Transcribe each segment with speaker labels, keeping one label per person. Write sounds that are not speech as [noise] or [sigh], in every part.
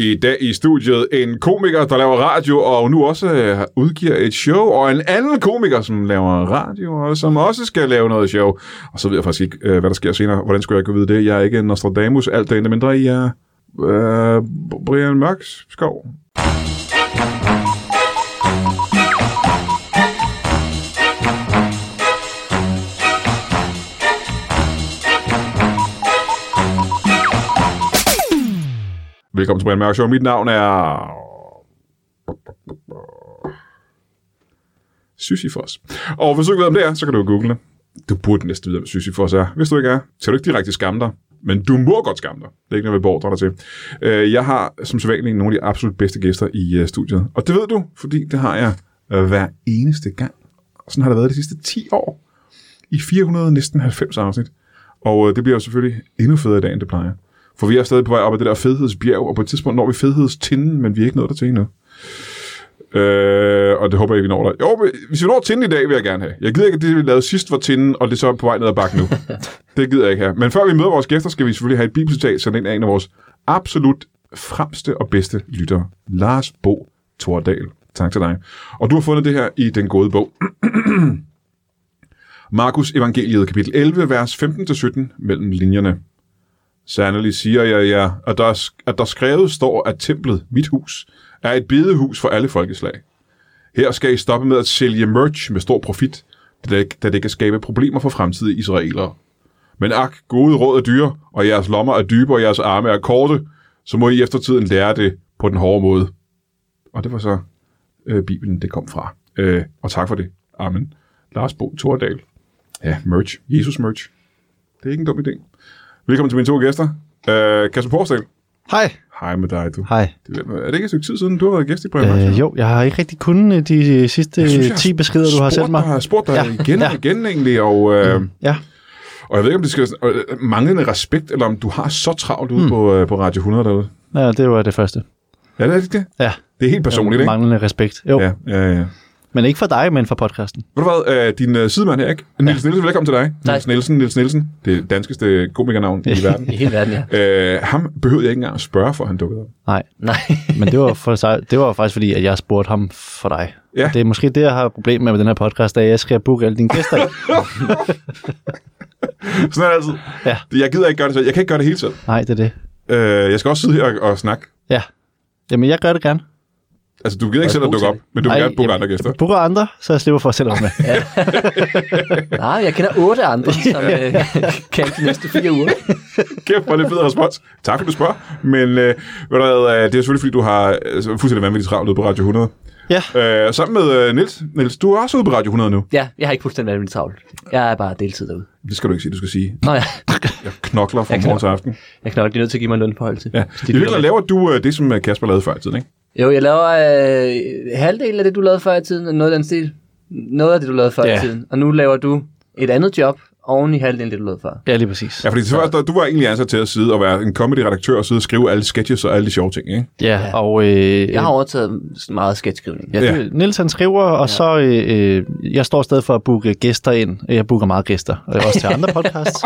Speaker 1: I dag i studiet en komiker, der laver radio og nu også øh, udgiver et show, og en anden komiker, som laver radio og som også skal lave noget show. Og så ved jeg faktisk ikke, øh, hvad der sker senere. Hvordan skulle jeg kunne vide det? Jeg er ikke Nostradamus, alt det andet mindre. Jeg er øh, Brian Mørks skov. Velkommen til Brian Mørk Show. Mit navn er... Sisyfos. Og hvis du ikke ved, om det er, så kan du jo google det. Du burde næsten vide, hvad Sisyfos er. Hvis du ikke er, så kan du ikke direkte skamme dig. Men du må godt skamme dig. Det er ikke noget, jeg beordrer dig til. Øh, Jeg har som sædvanligt nogle af de absolut bedste gæster i øh, studiet. Og det ved du, fordi det har jeg øh, hver eneste gang. Og sådan har det været de sidste 10 år. I 490 afsnit. Og øh, det bliver jo selvfølgelig endnu federe i dag, end det plejer. For vi er stadig på vej op ad det der fedhedsbjerg, og på et tidspunkt når vi fedhedstinden, men vi er ikke nået dertil endnu. Øh, og det håber jeg ikke, vi når der. Jo, men hvis vi når tinden i dag, vil jeg gerne have. Jeg gider ikke, at det vi lavede sidst var tinden, og det så er på vej ned ad bakken nu. det gider jeg ikke have. Men før vi møder vores gæster, skal vi selvfølgelig have et bibelcitat sendt ind af en af vores absolut fremste og bedste lyttere. Lars Bo Tordal. Tak til dig. Og du har fundet det her i den gode bog. Markus Evangeliet, kapitel 11, vers 15-17, mellem linjerne. Sandelig siger jeg jer, at der, er- at der skrevet står, at templet, mit hus, er et bedehus for alle folkeslag. Her skal I stoppe med at sælge merch med stor profit, da det, da det kan skabe problemer for fremtidige israelere. Men ak, gode råd er dyre, og jeres lommer er dybe, og jeres arme er korte, så må I eftertiden lære det på den hårde måde. Og det var så øh, Bibelen, det kom fra. Øh, og tak for det. Amen. Lars Bo Tordal. Ja, merch. Jesus merch. Det er ikke en dum idé. Velkommen til mine to gæster. Øh, Kasper Porsdal.
Speaker 2: Hej.
Speaker 1: Hej med dig, du.
Speaker 2: Hej.
Speaker 1: Det er, er det ikke et stykke tid siden, du har været gæst i Brian Mørk?
Speaker 2: Øh, jo, jeg har ikke rigtig kunnet øh, de øh, sidste
Speaker 1: synes,
Speaker 2: synes,
Speaker 1: jeg
Speaker 2: 10 beskeder, du har sendt mig.
Speaker 1: Jeg har spurgt dig
Speaker 2: Ja.
Speaker 1: igen og
Speaker 2: Ja. Mm.
Speaker 1: igen egentlig, og, øh,
Speaker 2: Ja.
Speaker 1: og jeg ved ikke, om det skal øh, manglende respekt, eller om du har så travlt
Speaker 2: Mm.
Speaker 1: ude på, øh, på Radio 100 derude.
Speaker 2: ja, det var det første.
Speaker 1: Ja, det er ikke det.
Speaker 2: Ja.
Speaker 1: Det er helt personligt, ikke?
Speaker 2: Manglende respekt. Jo, ja.
Speaker 1: Ja, ja, ja.
Speaker 2: men ikke for dig, men for podcasten.
Speaker 1: Ved du hvad, øh, din øh, sidemand her, ikke? Niels Nielsen, velkommen til dig.
Speaker 3: Tak.
Speaker 1: Niels Nielsen, Niels Nielsen. Det danskeste komikernavn i
Speaker 2: [laughs]
Speaker 1: verden.
Speaker 3: I hele verden,
Speaker 1: [laughs]
Speaker 3: ja.
Speaker 1: Øh, ham behøvede jeg ikke engang at spørge, for han dukkede op.
Speaker 2: Nej,
Speaker 3: Nej.
Speaker 2: men det var, for sig, det var faktisk fordi, at jeg spurgte ham for dig.
Speaker 1: Ja.
Speaker 2: Og Det er måske det, jeg har problem med med den her podcast, at jeg skal booke alle dine
Speaker 1: [laughs]
Speaker 2: gæster.
Speaker 1: Sådan er det altid.
Speaker 2: Ja.
Speaker 1: Jeg gider ikke gøre det selv. Jeg kan ikke gøre det hele selv.
Speaker 2: Nej, det er det.
Speaker 1: Øh, jeg skal også sidde her og, og snakke.
Speaker 2: Ja. Jamen, jeg gør det gerne.
Speaker 1: Altså, du gider ikke selv at
Speaker 3: god
Speaker 1: dukke
Speaker 3: til
Speaker 1: op, men du vil
Speaker 2: Nej,
Speaker 1: gerne booke
Speaker 2: jamen,
Speaker 1: andre gæster.
Speaker 2: Jeg booker andre, så jeg slipper for at
Speaker 1: [laughs]
Speaker 2: sætte mig med.
Speaker 3: Nej, jeg kender otte andre, som øh, kan de næste fire uger.
Speaker 1: Kæft, hvor er det fed respons. Tak, for du spørger. Men øh, ved du hvad, øh, det er selvfølgelig, fordi du har øh, fuldstændig vanvittigt travlt ude på Radio 100.
Speaker 2: Ja,
Speaker 1: Øh, sammen med øh, Nils. Nils, du er også ude på Radio 100 nu.
Speaker 3: Ja, jeg har ikke fuldstændig vanvittigt travlt. Jeg er bare deltid derude.
Speaker 1: Det skal du ikke sige, du skal sige.
Speaker 3: Nå ja,
Speaker 1: Jeg knokler fra
Speaker 3: Jeg
Speaker 1: morgen til aften.
Speaker 3: jeg kan nok lige nødt til at give mig en lønforhøjelse.
Speaker 1: Ja.
Speaker 3: Hvis de
Speaker 1: I virkeligheden
Speaker 3: lytter
Speaker 1: laver du øh, det, som øh, Kasper lavede før i tiden, ikke?
Speaker 3: med. Jo, jeg laver øh, halvdelen af det, du lavede før i tiden, noget af den stil. Noget af det, du lavede før
Speaker 2: Ja.
Speaker 3: i tiden. Og nu laver du et andet job oven i halvdelen af det, du lavede før.
Speaker 2: ja lige præcis.
Speaker 1: Ja, fordi til først, du var egentlig ansat til at sidde og være en comedy-redaktør og sidde og skrive alle sketches og alle de sjove ting, ikke?
Speaker 2: Ja,
Speaker 3: Ja.
Speaker 2: og... Øh,
Speaker 3: Jeg har overtaget meget sketchskrivning.
Speaker 2: Ja, det, Øh, Niels han skriver, og ja. så øh, øh, jeg står stadig for at booke gæster ind. Jeg booker meget gæster, øh, også til andre
Speaker 1: [laughs]
Speaker 2: podcasts,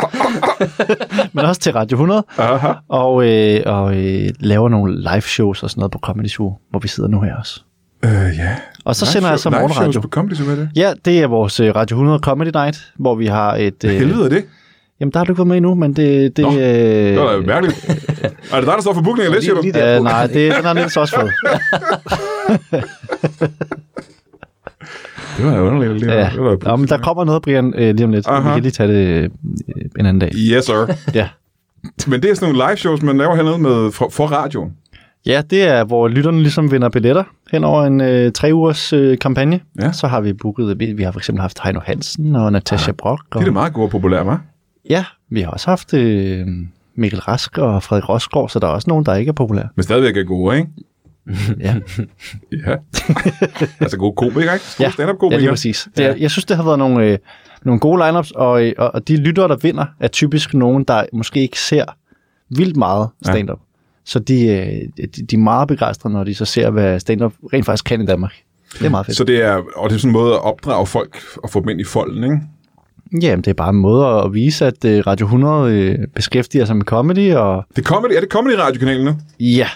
Speaker 2: men også til Radio 100,
Speaker 1: Aha.
Speaker 2: og, øh, og øh, laver nogle live shows og sådan noget på Comedy Zoo, hvor vi sidder nu her også.
Speaker 1: Øh, ja.
Speaker 2: Og så
Speaker 1: Live
Speaker 2: sender jeg
Speaker 1: show-
Speaker 2: så
Speaker 1: live
Speaker 2: morgenradio.
Speaker 1: shows på Comedy, så hvad er det?
Speaker 2: Ja, det er vores øh, Radio 100 Comedy Night, hvor vi har et... øh,
Speaker 1: Helvede er det?
Speaker 2: jamen, der har du ikke været med endnu, men det... det
Speaker 1: Nå,
Speaker 2: øh,
Speaker 1: Det var da mærkeligt.
Speaker 2: [laughs]
Speaker 1: er det dig, der står for bookning og læser, siger du?
Speaker 3: Lige- lige
Speaker 2: øh,
Speaker 3: der.
Speaker 2: nej, det, den har Niels også
Speaker 1: [laughs]
Speaker 2: fået.
Speaker 1: Det var da underligt. lige-
Speaker 2: Ja.
Speaker 1: det var da-
Speaker 2: Nå, men der kommer noget, Brian, øh, lige om lidt.
Speaker 1: Aha.
Speaker 2: Vi kan lige tage det øh, en anden dag.
Speaker 1: Yes, sir.
Speaker 2: Ja.
Speaker 1: Men det er sådan nogle live shows, man laver hernede med, for, for radioen.
Speaker 2: Ja, det er, hvor lytterne ligesom vinder billetter hen over en øh, tre ugers øh, kampagne.
Speaker 1: Ja.
Speaker 2: Så har vi booket, vi, vi har for eksempel haft Heino Hansen og Natasha Brock.
Speaker 1: De
Speaker 2: Og,
Speaker 1: Ah, er da meget gode og populære, hva'?
Speaker 2: Ja, vi har også haft øh, Mikkel Rask og Frederik Rosgaard, så der er også nogen, der ikke er
Speaker 1: [laughs]
Speaker 2: populære.
Speaker 1: Men stadigvæk er gode, ikke?
Speaker 2: Ja,
Speaker 1: Ja. [laughs] altså gode komikere, ikke? Gode
Speaker 2: ja.
Speaker 1: stand-up
Speaker 2: ja
Speaker 1: komikere.
Speaker 2: lige præcis. Det er, jeg synes, det har været nogle, øh, nogle gode lineups, og, øh, og, og de lyttere, der vinder, er typisk nogen, der måske ikke ser vildt meget stand-up. Så de, øh, de, de er meget begejstrede, når de så ser, hvad stand-up rent faktisk kan i Danmark. Det er meget fedt.
Speaker 1: Så det er, og det er sådan en måde at opdrage folk og få dem ind i folden, ikke?
Speaker 2: Jamen, det er bare en måde at vise, at øh, Radio 100 øh, beskæftiger sig med comedy, og
Speaker 1: Det er, comedy, er det comedy-radiokanalen nu?
Speaker 2: ja,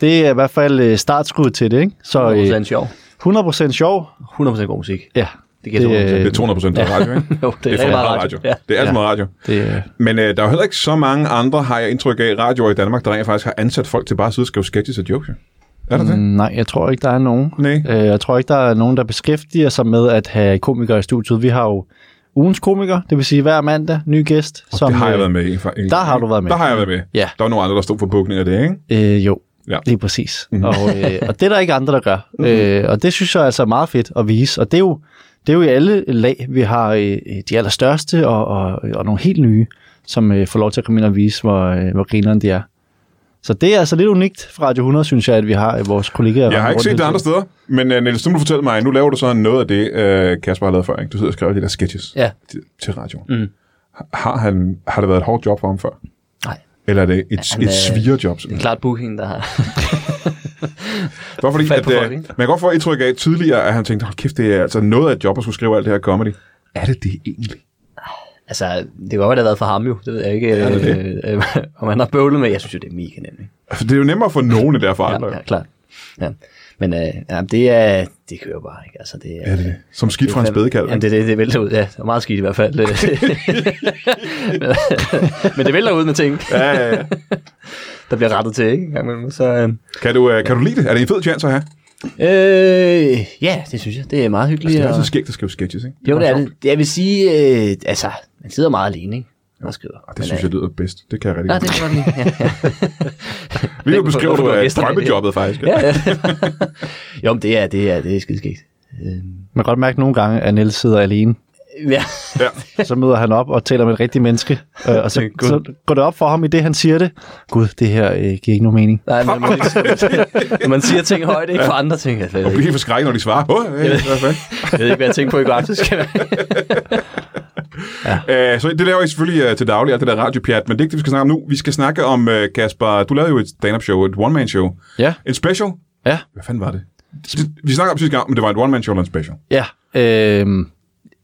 Speaker 2: Det er i hvert fald øh, startskuddet til det, ikke? Så øh,
Speaker 3: 100% sjov.
Speaker 2: 100% sjov.
Speaker 3: 100% god musik. [laughs]
Speaker 2: Ja,
Speaker 3: Det giver
Speaker 1: Det
Speaker 2: Det, øh,
Speaker 3: det, 100%.
Speaker 1: er 200 procent af radio,
Speaker 2: [laughs]
Speaker 1: ikke?
Speaker 3: Jo, det,
Speaker 1: Det er for meget radio.
Speaker 3: Ja.
Speaker 1: Det er alt
Speaker 2: Ja.
Speaker 1: for meget radio.
Speaker 2: det, øh,
Speaker 1: Men øh, der er jo heller ikke så mange andre, har jeg indtryk af, radioer i Danmark, der rent faktisk har ansat folk til bare at sidde og skrive sketches og jokes. jo.
Speaker 2: Mm.
Speaker 1: Er der det?
Speaker 2: øh, nej, jeg tror ikke, der er nogen.
Speaker 1: Nej.
Speaker 2: Øh, jeg tror ikke, der er nogen, der beskæftiger sig med at have komikere i studiet. Vi har jo ugens komiker, det vil sige hver mandag, ny gæst.
Speaker 1: Som, det har jeg
Speaker 2: øh,
Speaker 1: været med i. For,
Speaker 2: Der har du været med.
Speaker 1: Der har jeg været med.
Speaker 2: Ja.
Speaker 1: Der var nogle andre, der stod for bukning af det, ikke?
Speaker 2: Øh, jo,
Speaker 1: Ja. Mhm.
Speaker 2: ja. lige præcis. Og, øh, og det er der ikke andre, der gør. Øh, og det synes jeg altså er meget fedt at vise. Og det er jo, det er jo i alle lag, vi har øh, de allerstørste og, og, og nogle helt nye, som øh, får lov til at komme ind og vise, hvor, øh, hvor grineren de er. Så det er altså lidt unikt fra Radio 100, synes jeg, at vi har øh, vores kollegaer.
Speaker 1: Jeg har ikke
Speaker 2: rundt
Speaker 1: set det
Speaker 2: hele
Speaker 1: andre steder, men uh, Niels, du må fortælle mig, nu laver du så noget af det, uh, Kasper har lavet før, ikke? Du sidder og skriver de der sketches
Speaker 3: Ja.
Speaker 1: til, til radioen.
Speaker 3: Mm.
Speaker 1: Har, han, har det været et hårdt job for ham før?
Speaker 3: Nej.
Speaker 1: Eller er det et,
Speaker 3: han
Speaker 1: et
Speaker 3: er-
Speaker 1: svigerjob?
Speaker 3: Det er klart booking, der har.
Speaker 1: Bare fordi,
Speaker 3: fat
Speaker 1: at,
Speaker 3: på folk,
Speaker 1: øh,
Speaker 3: ikke?
Speaker 1: man kan godt få indtryk af tidligere, at han tænkte, hold kæft, det er altså noget af et job at skulle skrive alt det her comedy. Er det det egentlig?
Speaker 3: Altså, det kan godt være, det har været for ham jo. Det ved jeg ikke, ja,
Speaker 1: det er
Speaker 3: øh, [laughs] øh, om han har bøvlet med. Jeg synes jo, det er mega nemlig.
Speaker 1: Altså, det er jo nemmere for nogen end det er for andre.
Speaker 3: Ja, ja, klart. Ja. Men øh, ja, det, er, det kører bare ikke. Altså, det,
Speaker 1: Er det det? Som skidt fra en
Speaker 3: fandme-
Speaker 1: spædekalv.
Speaker 3: Jamen, det, det, det vælter ud, ja. Det er meget skidt i hvert
Speaker 1: [laughs]
Speaker 3: fald. [laughs] men, men det vælter ud med ting,
Speaker 1: Ja, ja, ja.
Speaker 3: der bliver rettet til, ikke? Engang imellem. Så, øh,
Speaker 1: Kan du, øh, kan du lide det? Er det en fed chance at have?
Speaker 3: øh, ja, det synes jeg. Det er meget hyggeligt.
Speaker 1: Altså, Det er
Speaker 3: og-
Speaker 1: altid skægt at skrive sketches, ikke?
Speaker 3: Jo, det er
Speaker 1: meget
Speaker 3: det. Jeg vil sige, øh, altså, man sidder meget alene, ikke? Og skriver. øh,
Speaker 1: sjovt. Det synes jeg lyder bedst. Det kan jeg rigtig
Speaker 3: Ja,
Speaker 1: godt.
Speaker 3: det kan jeg godt lide. Ja, ja.
Speaker 1: Vi
Speaker 3: Den-
Speaker 1: beskriver
Speaker 3: hvorfor
Speaker 1: du
Speaker 3: går
Speaker 1: af
Speaker 3: gæsterne i det?
Speaker 1: drømmejobbet, faktisk.
Speaker 3: ja, ja. jo, men det er, det er, det er skidskægt. Øh,
Speaker 2: tiden. Man kan godt mærke nogle gange, at Niels sidder
Speaker 1: [laughs]
Speaker 2: alene.
Speaker 3: ja.
Speaker 1: ja.
Speaker 2: Så møder han op og taler med et rigtigt menneske. Øh, og så,
Speaker 3: Gud.
Speaker 2: så går det op for ham i det, han siger det. Gud, det her øh, giver ikke nogen mening.
Speaker 3: Nej, men man, man, man siger ting højt, ikke for andre ting. Jeg ved,
Speaker 1: Og
Speaker 3: ikke,
Speaker 1: bliver helt forskrækket, når de svarer. Åh, øh, hvad fanden?
Speaker 3: jeg ved ikke, hvad jeg tænkte på i går aftes. Skal jeg-
Speaker 1: Øh, så det laver I selvfølgelig øh, til daglig, alt det der radiopjat, men det er ikke det, vi skal snakke om nu. Vi skal snakke om, øh, Kasper, du lavede jo et stand-up show, et one-man show.
Speaker 2: Ja,
Speaker 1: En special?
Speaker 2: ja.
Speaker 1: Hvad fanden var det? det vi snakkede om sidste gang, men det var et one-man show eller en special.
Speaker 2: Ja, øh,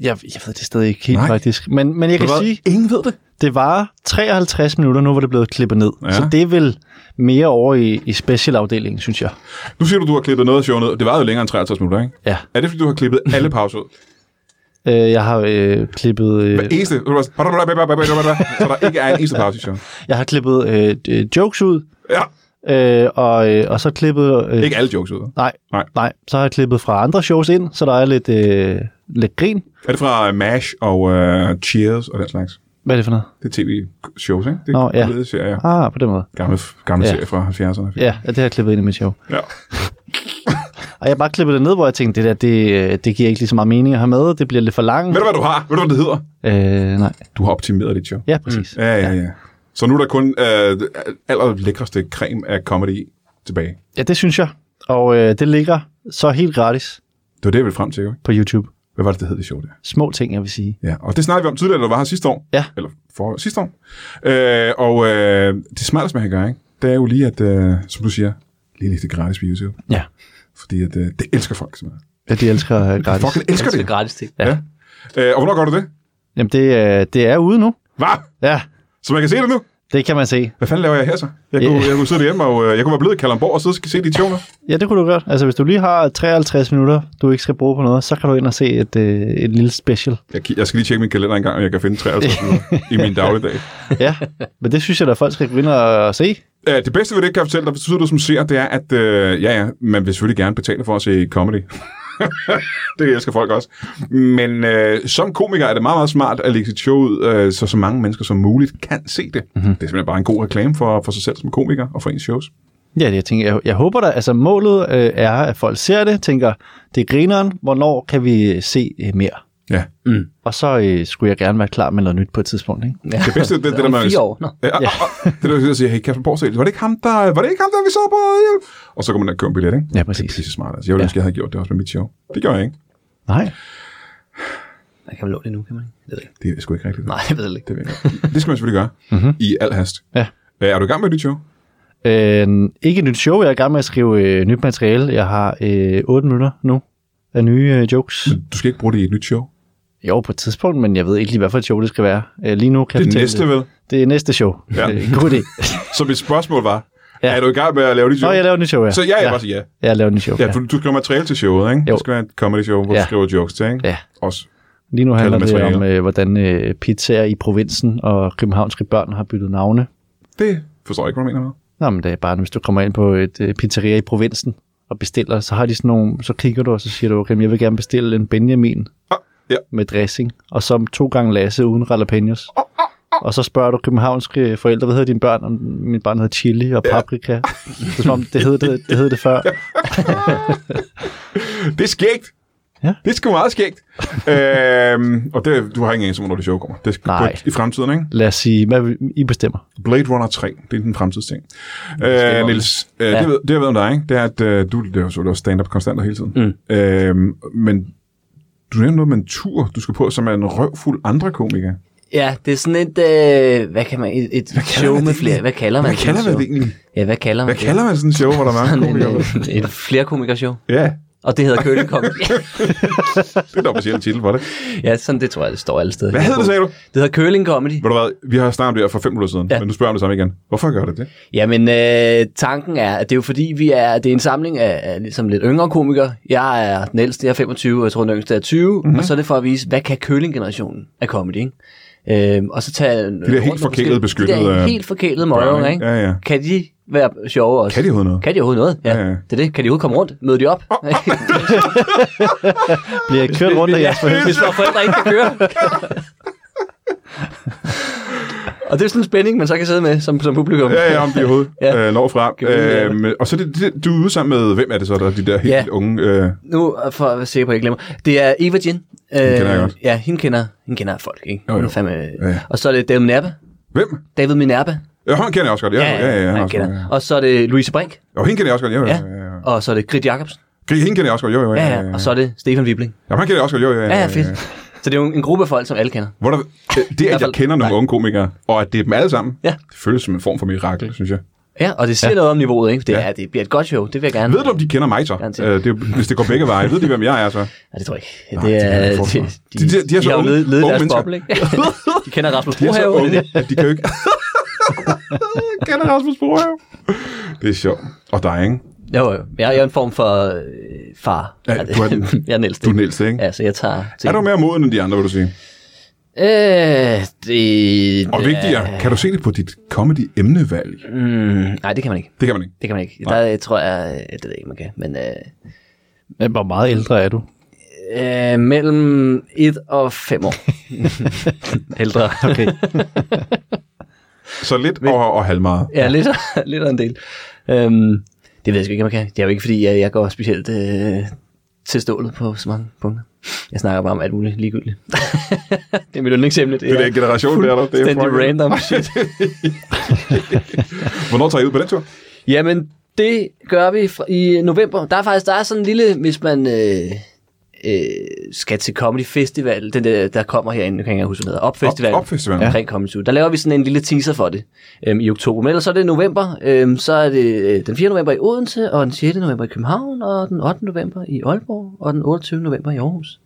Speaker 2: jeg, jeg ved det stadig ikke helt
Speaker 1: Nej.
Speaker 2: Nej. faktisk. Men, men jeg
Speaker 1: Ved
Speaker 2: kan
Speaker 1: du hvad?
Speaker 2: sige... Ingen ved det. Det var 53 minutter, nu var det blevet klippet ned.
Speaker 1: Ja.
Speaker 2: Ja. Så det er vel mere over i, i specialafdelingen, synes jeg.
Speaker 1: Nu siger du, du har klippet noget af showet ned. Det var jo længere end 53 minutter, ikke?
Speaker 2: Ja.
Speaker 1: Er det, fordi du har klippet alle pauser ud?
Speaker 2: Øh, jeg har øh, klippet,
Speaker 1: Hver
Speaker 2: øh,
Speaker 1: eneste... Så der ikke er en eneste pause i showet.
Speaker 2: jeg har klippet øh, øh, jokes ud,
Speaker 1: Ja,
Speaker 2: øh, og, øh, og så klippet... Øh,
Speaker 1: ikke alle jokes ud.
Speaker 2: Nej,
Speaker 1: Nej.
Speaker 2: nej. nej, så har jeg klippet fra andre shows ind, så der er lidt, øh, lidt grin.
Speaker 1: Er det fra øh, MASH og øh, Cheers og den slags?
Speaker 2: Hvad er det for noget?
Speaker 1: Det er tv-shows, ikke? Det er
Speaker 2: Nå, ja.
Speaker 1: serier.
Speaker 2: Ah, på den måde.
Speaker 1: Gamle, gamle
Speaker 2: Ja.
Speaker 1: serier fra 70'erne.
Speaker 2: Ja, det har jeg klippet ind i mit show.
Speaker 1: ja.
Speaker 2: Og jeg har bare klippet det ned, hvor jeg tænkte, det der, det, øh, det giver ikke lige så meget mening at have med, det bliver lidt for langt.
Speaker 1: Ved du, hvad du har? Ved du, hvad det hedder?
Speaker 2: Øh, nej.
Speaker 1: Du har optimeret dit show.
Speaker 2: Ja, præcis. Mm.
Speaker 1: Ja, ja, ja. Så nu er der kun øh, aller lækreste creme af comedy tilbage.
Speaker 2: Ja, det synes jeg. Og øh, det ligger så helt gratis
Speaker 1: Det var det, jeg ville frem til, jo. ikke?
Speaker 2: på YouTube.
Speaker 1: Hvad var det, det hed det show der?
Speaker 2: Små ting, jeg vil sige.
Speaker 1: Ja, og det snakkede vi om tidligere, da du var her sidste år.
Speaker 2: Ja.
Speaker 1: Eller for sidste år. Øh, og øh, det smarteste, man kan gøre, ikke? det er jo lige, at, øh, som du siger, lige lægge det gratis på YouTube.
Speaker 2: Ja.
Speaker 1: Fordi at, øh, det elsker folk simpelthen.
Speaker 2: Ja, de elsker [laughs] øh,
Speaker 1: De
Speaker 2: gratis.
Speaker 1: fucking elsker det.
Speaker 3: Det er gratis ting.
Speaker 1: Ja. Øh, og hvornår gør du det?
Speaker 2: Jamen, det, øh, det er ude nu.
Speaker 1: Hvad?
Speaker 2: Ja,
Speaker 1: Så man kan se det nu?
Speaker 2: det kan man se.
Speaker 1: Hvad fanden laver jeg her så? Jeg kunne,
Speaker 2: Ja.
Speaker 1: jeg kunne sidde hjemme, og øh, jeg kunne være blevet i Kalamborg og sidde og se de tjoner.
Speaker 2: Ja, det kunne du godt. Altså, hvis du lige har 53 minutter, du ikke skal bruge på noget, så kan du ind og se et, øh, et lille special.
Speaker 1: Jeg, ki- jeg skal lige tjekke min kalender en gang, og jeg kan finde 53 minutter i min dagligdag.
Speaker 2: [laughs] Ja, men det synes jeg, at folk skal gå ind og se.
Speaker 1: Uh, det bedste ved det, kan jeg fortælle dig, hvis du sidder du som ser, det er, at øh, ja, ja, man vil selvfølgelig gerne betale for at se comedy. [laughs] det elsker folk også. Men øh, som komiker er det meget, meget smart at lægge sit show ud, øh, så så mange mennesker som muligt kan se det. Mm-hmm. Det er simpelthen bare en god reklame for, for sig selv som komiker og for ens shows.
Speaker 2: Ja, det jeg tænker, jeg, jeg håber da, altså målet øh, er, at folk ser det, tænker, det er grineren, hvornår kan vi øh, se øh, mere?
Speaker 1: Ja.
Speaker 2: Og så øh, skulle jeg gerne være klar med noget nyt på et tidspunkt, ikke?
Speaker 3: Ja.
Speaker 1: Det bedste, det, det, det der
Speaker 3: Om
Speaker 1: med...
Speaker 3: fire år. Nå.
Speaker 1: Ja, ja. Det der, der siger, hey, Kasper Borgsel, var det ikke ham, der, var det ikke ham, der vi så på? Og så kommer man og køber en billet, ikke?
Speaker 2: Ja, præcis.
Speaker 1: Det er pisse smart. Altså, jeg ville
Speaker 2: Ja.
Speaker 1: ønske, jeg havde gjort det også med mit show. Det gjorde jeg ikke.
Speaker 2: Nej.
Speaker 3: Man kan vel låne det nu, kan man ikke? Det ved jeg ikke.
Speaker 1: Det er sgu ikke rigtigt.
Speaker 3: Nej, jeg ved det ikke.
Speaker 1: Det, ved jeg godt. det skal man selvfølgelig gøre. Mm-hmm. I al hast.
Speaker 2: Mhm. Ja.
Speaker 1: Øh, Er du i gang med et nyt show?
Speaker 2: Øh, ikke et nyt show, jeg er i gang med at skrive øh, nyt materiale. Jeg har øh, 8 minutter nu af nye øh, jokes.
Speaker 1: Du skal ikke bruge det i et nyt show.
Speaker 2: Jo, på et tidspunkt, men jeg ved ikke lige, hvad for et show det skal være. Øh, lige nu kan jeg
Speaker 1: Det
Speaker 2: fortælle
Speaker 1: næste, vel?
Speaker 2: Det er næste show.
Speaker 1: [laughs] Ja.
Speaker 2: Ja. Øh, god idé.
Speaker 1: Så mit spørgsmål var, Ja.
Speaker 2: Ja.
Speaker 1: Er du i gang med at lave dit
Speaker 2: Nå,
Speaker 1: show?
Speaker 2: jeg laver et nyt show, ja.
Speaker 1: Så ja, jeg ja.
Speaker 2: ja.
Speaker 1: bare siger ja.
Speaker 2: Jeg laver et nyt show,
Speaker 1: ja
Speaker 2: ja.
Speaker 1: du, du skriver materiale til showet, ikke? Jo.
Speaker 2: Jo.
Speaker 1: Det skal være et comedy show, hvor ja.
Speaker 2: Ja.
Speaker 1: du skriver jokes til, ikke?
Speaker 2: Ja.
Speaker 1: Også.
Speaker 2: Lige nu handler det
Speaker 1: materiale.
Speaker 2: om, øh, hvordan øh, pizzaer i provinsen og københavnske børn har byttet navne.
Speaker 1: Det forstår jeg ikke, hvad du mener med.
Speaker 2: Nå, men det er bare, hvis du kommer ind på et øh, pizzeria i provinsen og bestiller, så har de sådan nogle, så kigger du, og så siger du, okay, men jeg vil gerne bestille en Benjamin
Speaker 1: Ah, ja.
Speaker 2: med dressing, og så to gange Lasse uden jalapenos.
Speaker 1: Ah,
Speaker 2: Og så spørger du københavnske forældre, hvad hedder dine børn? Om min barn hedder chili og paprika. Ja. Det er som om, det hed det, det, hed det før.
Speaker 1: Det er skægt.
Speaker 2: Ja.
Speaker 1: Det er sgu meget [laughs] skægt. øhm, og det, du har ingen anelse om, når det show kommer. Det skal
Speaker 2: Nej.
Speaker 1: på- i fremtiden, ikke?
Speaker 2: Lad os sige, hvad vi- I bestemmer.
Speaker 1: Blade Runner 3, det er den fremtidsting. Øh, Niels, øh, ja.
Speaker 3: Ja.
Speaker 1: det, ved- det jeg ved om dig, ikke? det er, at øh, du laver selvfølgelig også stand-up konstant og hele tiden.
Speaker 3: Mm.
Speaker 1: Øh, men du nævnte noget med en tur, du skal på, som er en røvfuld andre komikere.
Speaker 3: Ja, det er sådan et, øh, hvad kan man, et, et show
Speaker 1: man
Speaker 3: med
Speaker 1: det
Speaker 3: flere,
Speaker 1: egentlig?
Speaker 3: hvad kalder man
Speaker 1: Hvad kalder man
Speaker 3: show?
Speaker 1: det egentlig?
Speaker 3: Ja, hvad kalder man
Speaker 1: Hvad kalder man sådan en øh, show, hvor der er mange komikere? med?
Speaker 3: man det? Et flerkomikershow.
Speaker 1: Ja,
Speaker 3: Og det hedder Kølekom.
Speaker 1: det er den officielle titel for det.
Speaker 3: ja, sådan det tror jeg, det står alle steder.
Speaker 1: Hvad hedder det, sagde du?
Speaker 3: Det hedder Curling Comedy.
Speaker 1: Ved du hvad, vi har snakket om det her for fem minutter siden, ja.
Speaker 3: Ja.
Speaker 1: men du spørger om det samme igen. Hvorfor gør det det?
Speaker 3: Jamen, øh, tanken er, at det er jo fordi, vi er, det er en samling af, af ligesom lidt yngre komikere. Jeg er den ældste, jeg er 25, og jeg tror, den yngste er 20.
Speaker 1: Mhm.
Speaker 3: Mm-hmm. Og så er det for at vise, hvad kan curling-generationen af comedy, ikke? Øhm, og så tage... De
Speaker 1: helt forkælede, beskyttede,
Speaker 3: De der
Speaker 1: øh,
Speaker 3: helt forkælede møger, ikke?
Speaker 1: Ja, ja.
Speaker 3: Kan de være sjove også?
Speaker 1: Kan de overhovedet noget?
Speaker 3: Kan de overhovedet noget? Ja,
Speaker 1: Ja, ja.
Speaker 3: det er det. Kan de overhovedet komme rundt? Møder de op? [laughs]
Speaker 2: Bliver jeg kørt rundt af jeres forældre?
Speaker 3: Hvis vores forældre ikke kan køre. og det er sådan en spænding, man så kan sidde med som, som publikum.
Speaker 1: Ja, ja, om de overhovedet ja.
Speaker 3: [laughs] Ja.
Speaker 1: øh, når frem.
Speaker 3: Kan vi vide,
Speaker 1: Øh, men- og så er det, det, du er ude sammen med, hvem er det så, der er de der helt
Speaker 3: Ja.
Speaker 1: unge... Øh,
Speaker 3: nu er for at være sikker på, at jeg glemmer. Det er Eva Jin. Øh,
Speaker 1: kender jeg godt.
Speaker 3: Ja, hende kender, hende kender folk, ikke?
Speaker 1: Jo, jo.
Speaker 3: Hun er Fandme,
Speaker 1: Ja.
Speaker 3: ja. Og så er det David Minerva.
Speaker 1: hvem?
Speaker 3: David Minerva.
Speaker 1: Ja, ham kender jeg også godt. Ja, ja, ja. ja, ja,
Speaker 3: han
Speaker 1: også, ja,
Speaker 3: kender. Og så er det Louise Brink.
Speaker 1: Og hende kender jeg også godt. Jo, ja.
Speaker 3: Ja.
Speaker 1: ja, ja.
Speaker 3: Og så er det Grit Jacobsen.
Speaker 1: Gri- Hende kender jeg også godt. Jo, jo, ja.
Speaker 3: Ja, ja. Og så er det Stefan Wibling.
Speaker 1: Ja, han kender jeg også godt. Jo, jo, ja.
Speaker 3: Ja, ja, fedt. Så det er jo en gruppe af folk, som alle kender.
Speaker 1: Hvor der,
Speaker 3: [laughs]
Speaker 1: øh, det, at jeg
Speaker 3: fald-
Speaker 1: kender nogle
Speaker 3: nej.
Speaker 1: unge komikere, og at det er dem alle sammen,
Speaker 3: Ja.
Speaker 1: det føles som en form for mirakel, synes jeg.
Speaker 3: Ja, og det siger ja. noget om niveauet, ikke? For Det,
Speaker 1: Ja.
Speaker 3: ja. er, det bliver et godt show, det vil jeg gerne.
Speaker 1: Ved du, om de kender mig så?
Speaker 3: Garanteret.
Speaker 1: Øh, det, er jo- hvis det går begge veje, ved de, hvem jeg er så?
Speaker 3: Nej, det tror jeg ikke.
Speaker 1: Nej,
Speaker 3: Det
Speaker 1: det kan jeg
Speaker 3: er,
Speaker 1: ikke
Speaker 3: [laughs] de,
Speaker 1: forestille mig.
Speaker 3: de,
Speaker 1: De- de-
Speaker 3: de,
Speaker 1: de er så
Speaker 3: har jo
Speaker 1: unge-
Speaker 3: ledet, ledet
Speaker 1: unge
Speaker 3: deres
Speaker 1: mennesker.
Speaker 3: boble,
Speaker 1: [laughs]
Speaker 3: ikke? de kender Rasmus
Speaker 1: De er så
Speaker 3: Brohave. det
Speaker 1: unge,
Speaker 3: er det.
Speaker 1: at de kan jo
Speaker 3: [laughs]
Speaker 1: ikke... kender Rasmus Brohave. Det er sjovt. Og dig, ikke?
Speaker 3: Jo, jo. Jeg jeg er en form for øh, far.
Speaker 1: Ja,
Speaker 3: Er det-
Speaker 1: du er den-
Speaker 3: [laughs] jeg er den ældste.
Speaker 1: Du er den ældste, ikke?
Speaker 3: Ja, så jeg tager...
Speaker 1: Er du mere moden end de andre, vil du sige?
Speaker 3: Øh, det...
Speaker 1: Og vigtigere, kan du se det på dit comedy-emnevalg?
Speaker 3: Mm, nej, det kan man ikke.
Speaker 1: Det kan man ikke.
Speaker 3: Det kan man ikke. Der øh, tror jeg, øh, det ved jeg ikke, man kan. Men øh,
Speaker 2: Ja, Hvor meget ældre er du?
Speaker 3: øh, mellem 1 og
Speaker 1: [laughs]
Speaker 3: 5 år.
Speaker 2: Ældre, okay.
Speaker 1: Så lidt og, og halvmeget.
Speaker 3: Ja, lidt, [laughs] lidt af en del. Øhm, det ved jeg sgu ikke, om jeg kan. Det er jo ikke, fordi jeg, jeg går specielt øh, til stålet på så mange punkter. Jeg snakker bare om alt muligt ligegyldigt. det er mit yndlingsemne.
Speaker 1: Det er den generation, der er der. Det er
Speaker 3: fuldstændig
Speaker 1: fucking-
Speaker 3: random shit.
Speaker 1: Hvornår tager I ud på den tur?
Speaker 3: Jamen, det gør vi fra- i november. Der er faktisk der er sådan en lille, hvis man øh, øh, skal til Comedy Festival, den der, der kommer herinde, nu kan jeg ikke huske, hvad den hedder, Op Festival.
Speaker 1: Op Festivalen.
Speaker 3: Omkring Comedy Zoo. Der laver vi sådan en lille teaser for det øhm, i oktober. Men ellers så er det november. Øhm, så er det øh, den 4. november i Odense, og den 6. november i København, og den 8. november i Aalborg, og den 28. november i Aarhus.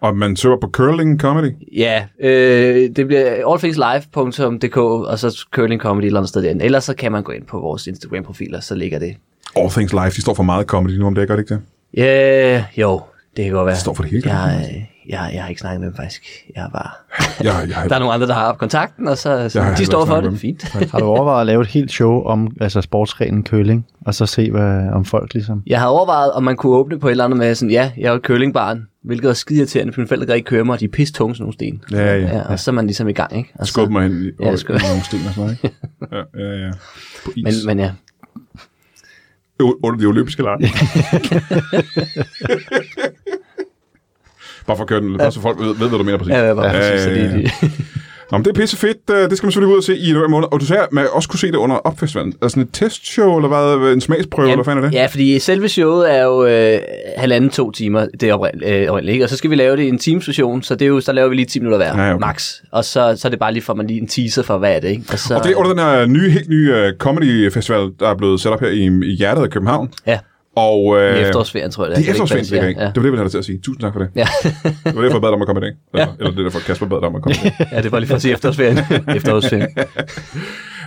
Speaker 1: Og man søger på curling comedy.
Speaker 3: Ja, øh, det bliver allthingslive.dk, og så Curling Comedy et eller andet sted derinde. Ellers så kan man gå ind på vores Instagram-profiler, så ligger det
Speaker 1: All Things Live, de står for meget comedy nu om dagen, gør det ikke det?
Speaker 3: Ja, jo, det kan godt være. Det
Speaker 1: står for det hele, kan
Speaker 3: Jeg, øh, jeg, jeg har ikke snakket med dem faktisk. Jeg er bare...
Speaker 1: Jeg, jeg,
Speaker 3: Der er nogle andre, der har haft kontakten, og så, så
Speaker 1: Jeg har
Speaker 3: de
Speaker 1: heller
Speaker 3: står
Speaker 1: ikke
Speaker 3: for
Speaker 1: snakket med
Speaker 3: det. Fint.
Speaker 2: Har du overvejet at lave et helt show om altså sportsgrenen køling, og så se, hvad, om folk ligesom...
Speaker 3: Jeg har overvejet, om man kunne åbne på et eller andet med sådan, ja, jeg er jo et curlingbarn, hvilket er skide irriterende, for mine forældre kan ikke kører mig, og de er pisse tunge sådan nogle sten.
Speaker 1: Ja, ja, ja.
Speaker 3: og så er man ligesom i gang, ikke? Og så-
Speaker 1: skub mig hen i
Speaker 3: [laughs] Ja,
Speaker 1: ja,
Speaker 3: skub.
Speaker 1: nogle sten og sådan noget, ikke?
Speaker 3: [laughs]
Speaker 1: Ja, ja, ja. På is.
Speaker 3: Men, men ja,
Speaker 1: U- Under de olympiske
Speaker 3: [laughs]
Speaker 1: lege. bare for at køre den, bare så folk ved, ved hvad du mener præcis.
Speaker 3: ja, ja, bare,
Speaker 1: Ja,
Speaker 3: præcis, så
Speaker 1: ja, ja.
Speaker 3: det, det,
Speaker 1: Nå, men det er pisse fedt. øh, Det skal man selvfølgelig ud og se i november måned. Og du sagde, at man også kunne se det under opfestivalen. Er det sådan et testshow, eller hvad? En smagsprøve, eller hvad fanden er det?
Speaker 3: Ja, fordi selve showet er jo øh, halvanden, to timer, det er oprindeligt, øh, oprindeligt, ikke? Og så skal vi lave det i en timestation, så det er jo, så laver vi lige 10 minutter hver,
Speaker 1: Ja,
Speaker 3: ja,
Speaker 1: okay.
Speaker 3: okay. max. Og så, så er det bare lige for, at man lige en teaser for, hvad er det, ikke? så,
Speaker 1: Og øh, det er under den her nye, helt nye uh, comedy-festival, der er blevet sat op her i, i hjertet af København.
Speaker 3: Ja,
Speaker 1: Og,
Speaker 3: I
Speaker 1: øh,
Speaker 3: efterårsferien, tror jeg.
Speaker 1: det er
Speaker 3: kan
Speaker 1: efterårsferien, det
Speaker 3: ikke passe,
Speaker 1: ligger i. Det var det, vi havde til at sige. Tusind tak for det.
Speaker 3: Ja, [laughs]
Speaker 1: Det var derfor, jeg bad dig om at komme i dag. Eller, eller det er derfor, Kasper bad dig om at komme i dag.
Speaker 3: ja. ja, det var lige for at sige
Speaker 1: [laughs]
Speaker 3: efterårsferien. efterårsferien.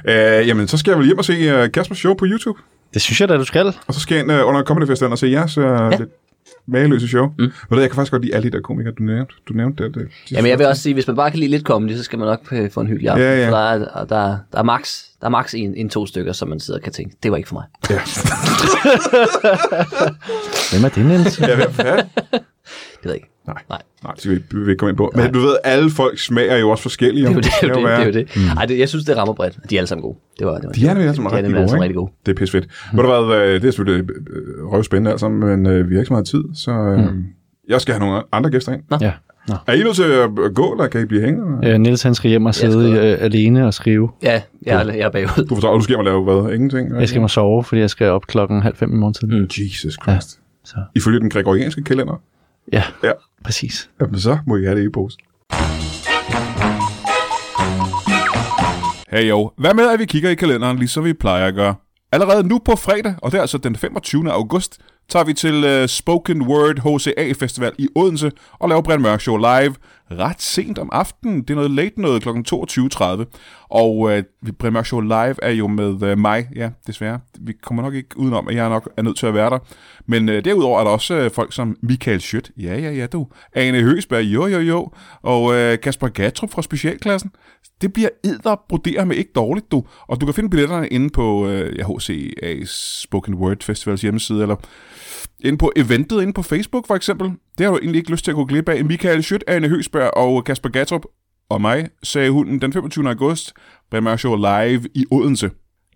Speaker 3: [laughs]
Speaker 1: Øh, jamen, så skal jeg vel hjem og se øh, Kaspers show på YouTube.
Speaker 2: Det synes jeg da, du skal.
Speaker 1: Og så skal jeg ind øh, under Comedy Festivalen og se jeres øh, ja. lidt mageløse show. Mm. Ved du, jeg kan faktisk godt lide alle de der komikere, du nævnte. Du nævnte det. det de
Speaker 3: Jamen, jeg vil også sige, hvis man bare kan lide lidt comedy, så skal man nok øh, få en hyggelig aften.
Speaker 1: Ja, ja.
Speaker 3: For Der, er, der, er- der er max, der er max en, en, to stykker, som man sidder og kan tænke, det var ikke for mig.
Speaker 1: Ja. [laughs]
Speaker 2: Hvem er det, Niels?
Speaker 1: ja, hvem- ja.
Speaker 3: Det ved jeg ikke.
Speaker 1: Nej.
Speaker 3: Nej.
Speaker 1: Nej, det skal vi, ikke- vi vil ikke komme ind på. Men du ved, alle folk smager jo også forskellige.
Speaker 3: Det er jo det, det, er jo det, det, er jo
Speaker 1: være-
Speaker 3: det. Mm. Ej, det, jeg synes, det rammer bredt. De er alle sammen gode. Det var, det var,
Speaker 1: De er nemlig alle sammen
Speaker 3: de er
Speaker 1: rigtig
Speaker 3: nemlig
Speaker 1: gode,
Speaker 3: alle
Speaker 1: ikke?
Speaker 3: sammen rigtig gode.
Speaker 1: Det er pissefedt. Mm. Ved du hvad, øh, det er selvfølgelig øh, røvspændende alt sammen, men øh, vi har ikke så meget tid, så øh, mm. jeg skal have nogle andre gæster ind.
Speaker 2: ja. Nå.
Speaker 1: Er I nødt til at gå, eller kan I blive hængende?
Speaker 2: Øh, Niels han skal hjem og sidde
Speaker 3: skal
Speaker 2: øh, alene og skrive.
Speaker 3: Ja, jeg, er- jeg er bagud.
Speaker 1: Du forstår, du skal hjem og lave hvad? Ingenting?
Speaker 2: Jeg skal mig sove, fordi jeg skal op klokken halv fem i morgen tidlig. Mm.
Speaker 1: Jesus Christ. Ja.
Speaker 2: Så.
Speaker 1: Ifølge den gregorianske kalender,
Speaker 2: Ja,
Speaker 1: Ja.
Speaker 2: præcis.
Speaker 1: jamen så må I have det i pose. Hey jo, hvad med at vi kigger i kalenderen, ligesom vi plejer at gøre? Allerede nu på fredag, og det er altså den 25. august, tager vi til uh, Spoken Word HCA Festival i Odense og laver Brian Mørk Show live ret sent om aftenen. Det er noget late noget, kl. 22.30. Og uh, Brian Mørk Show live er jo med uh, mig, ja, desværre. Vi kommer nok ikke udenom, at jeg nok er nødt til at være der. Men uh, derudover er der også uh, folk som Michael Schødt, ja, ja, ja, du. Ane Høsberg, jo, jo, jo. Og uh, Kasper Gatrup fra Specialklassen. Det bliver edderbroderet med ikke dårligt, du. Og du kan finde billetterne inde på øh, ja, HCA's Spoken Word Festivals hjemmeside, eller inde på eventet inde på Facebook for eksempel. Det har du egentlig ikke lyst til at gå glip af. Michael Schødt, Anne Høsberg og Kasper Gatrup og mig, sagde hunden den 25. august, Bremer Show live i Odense.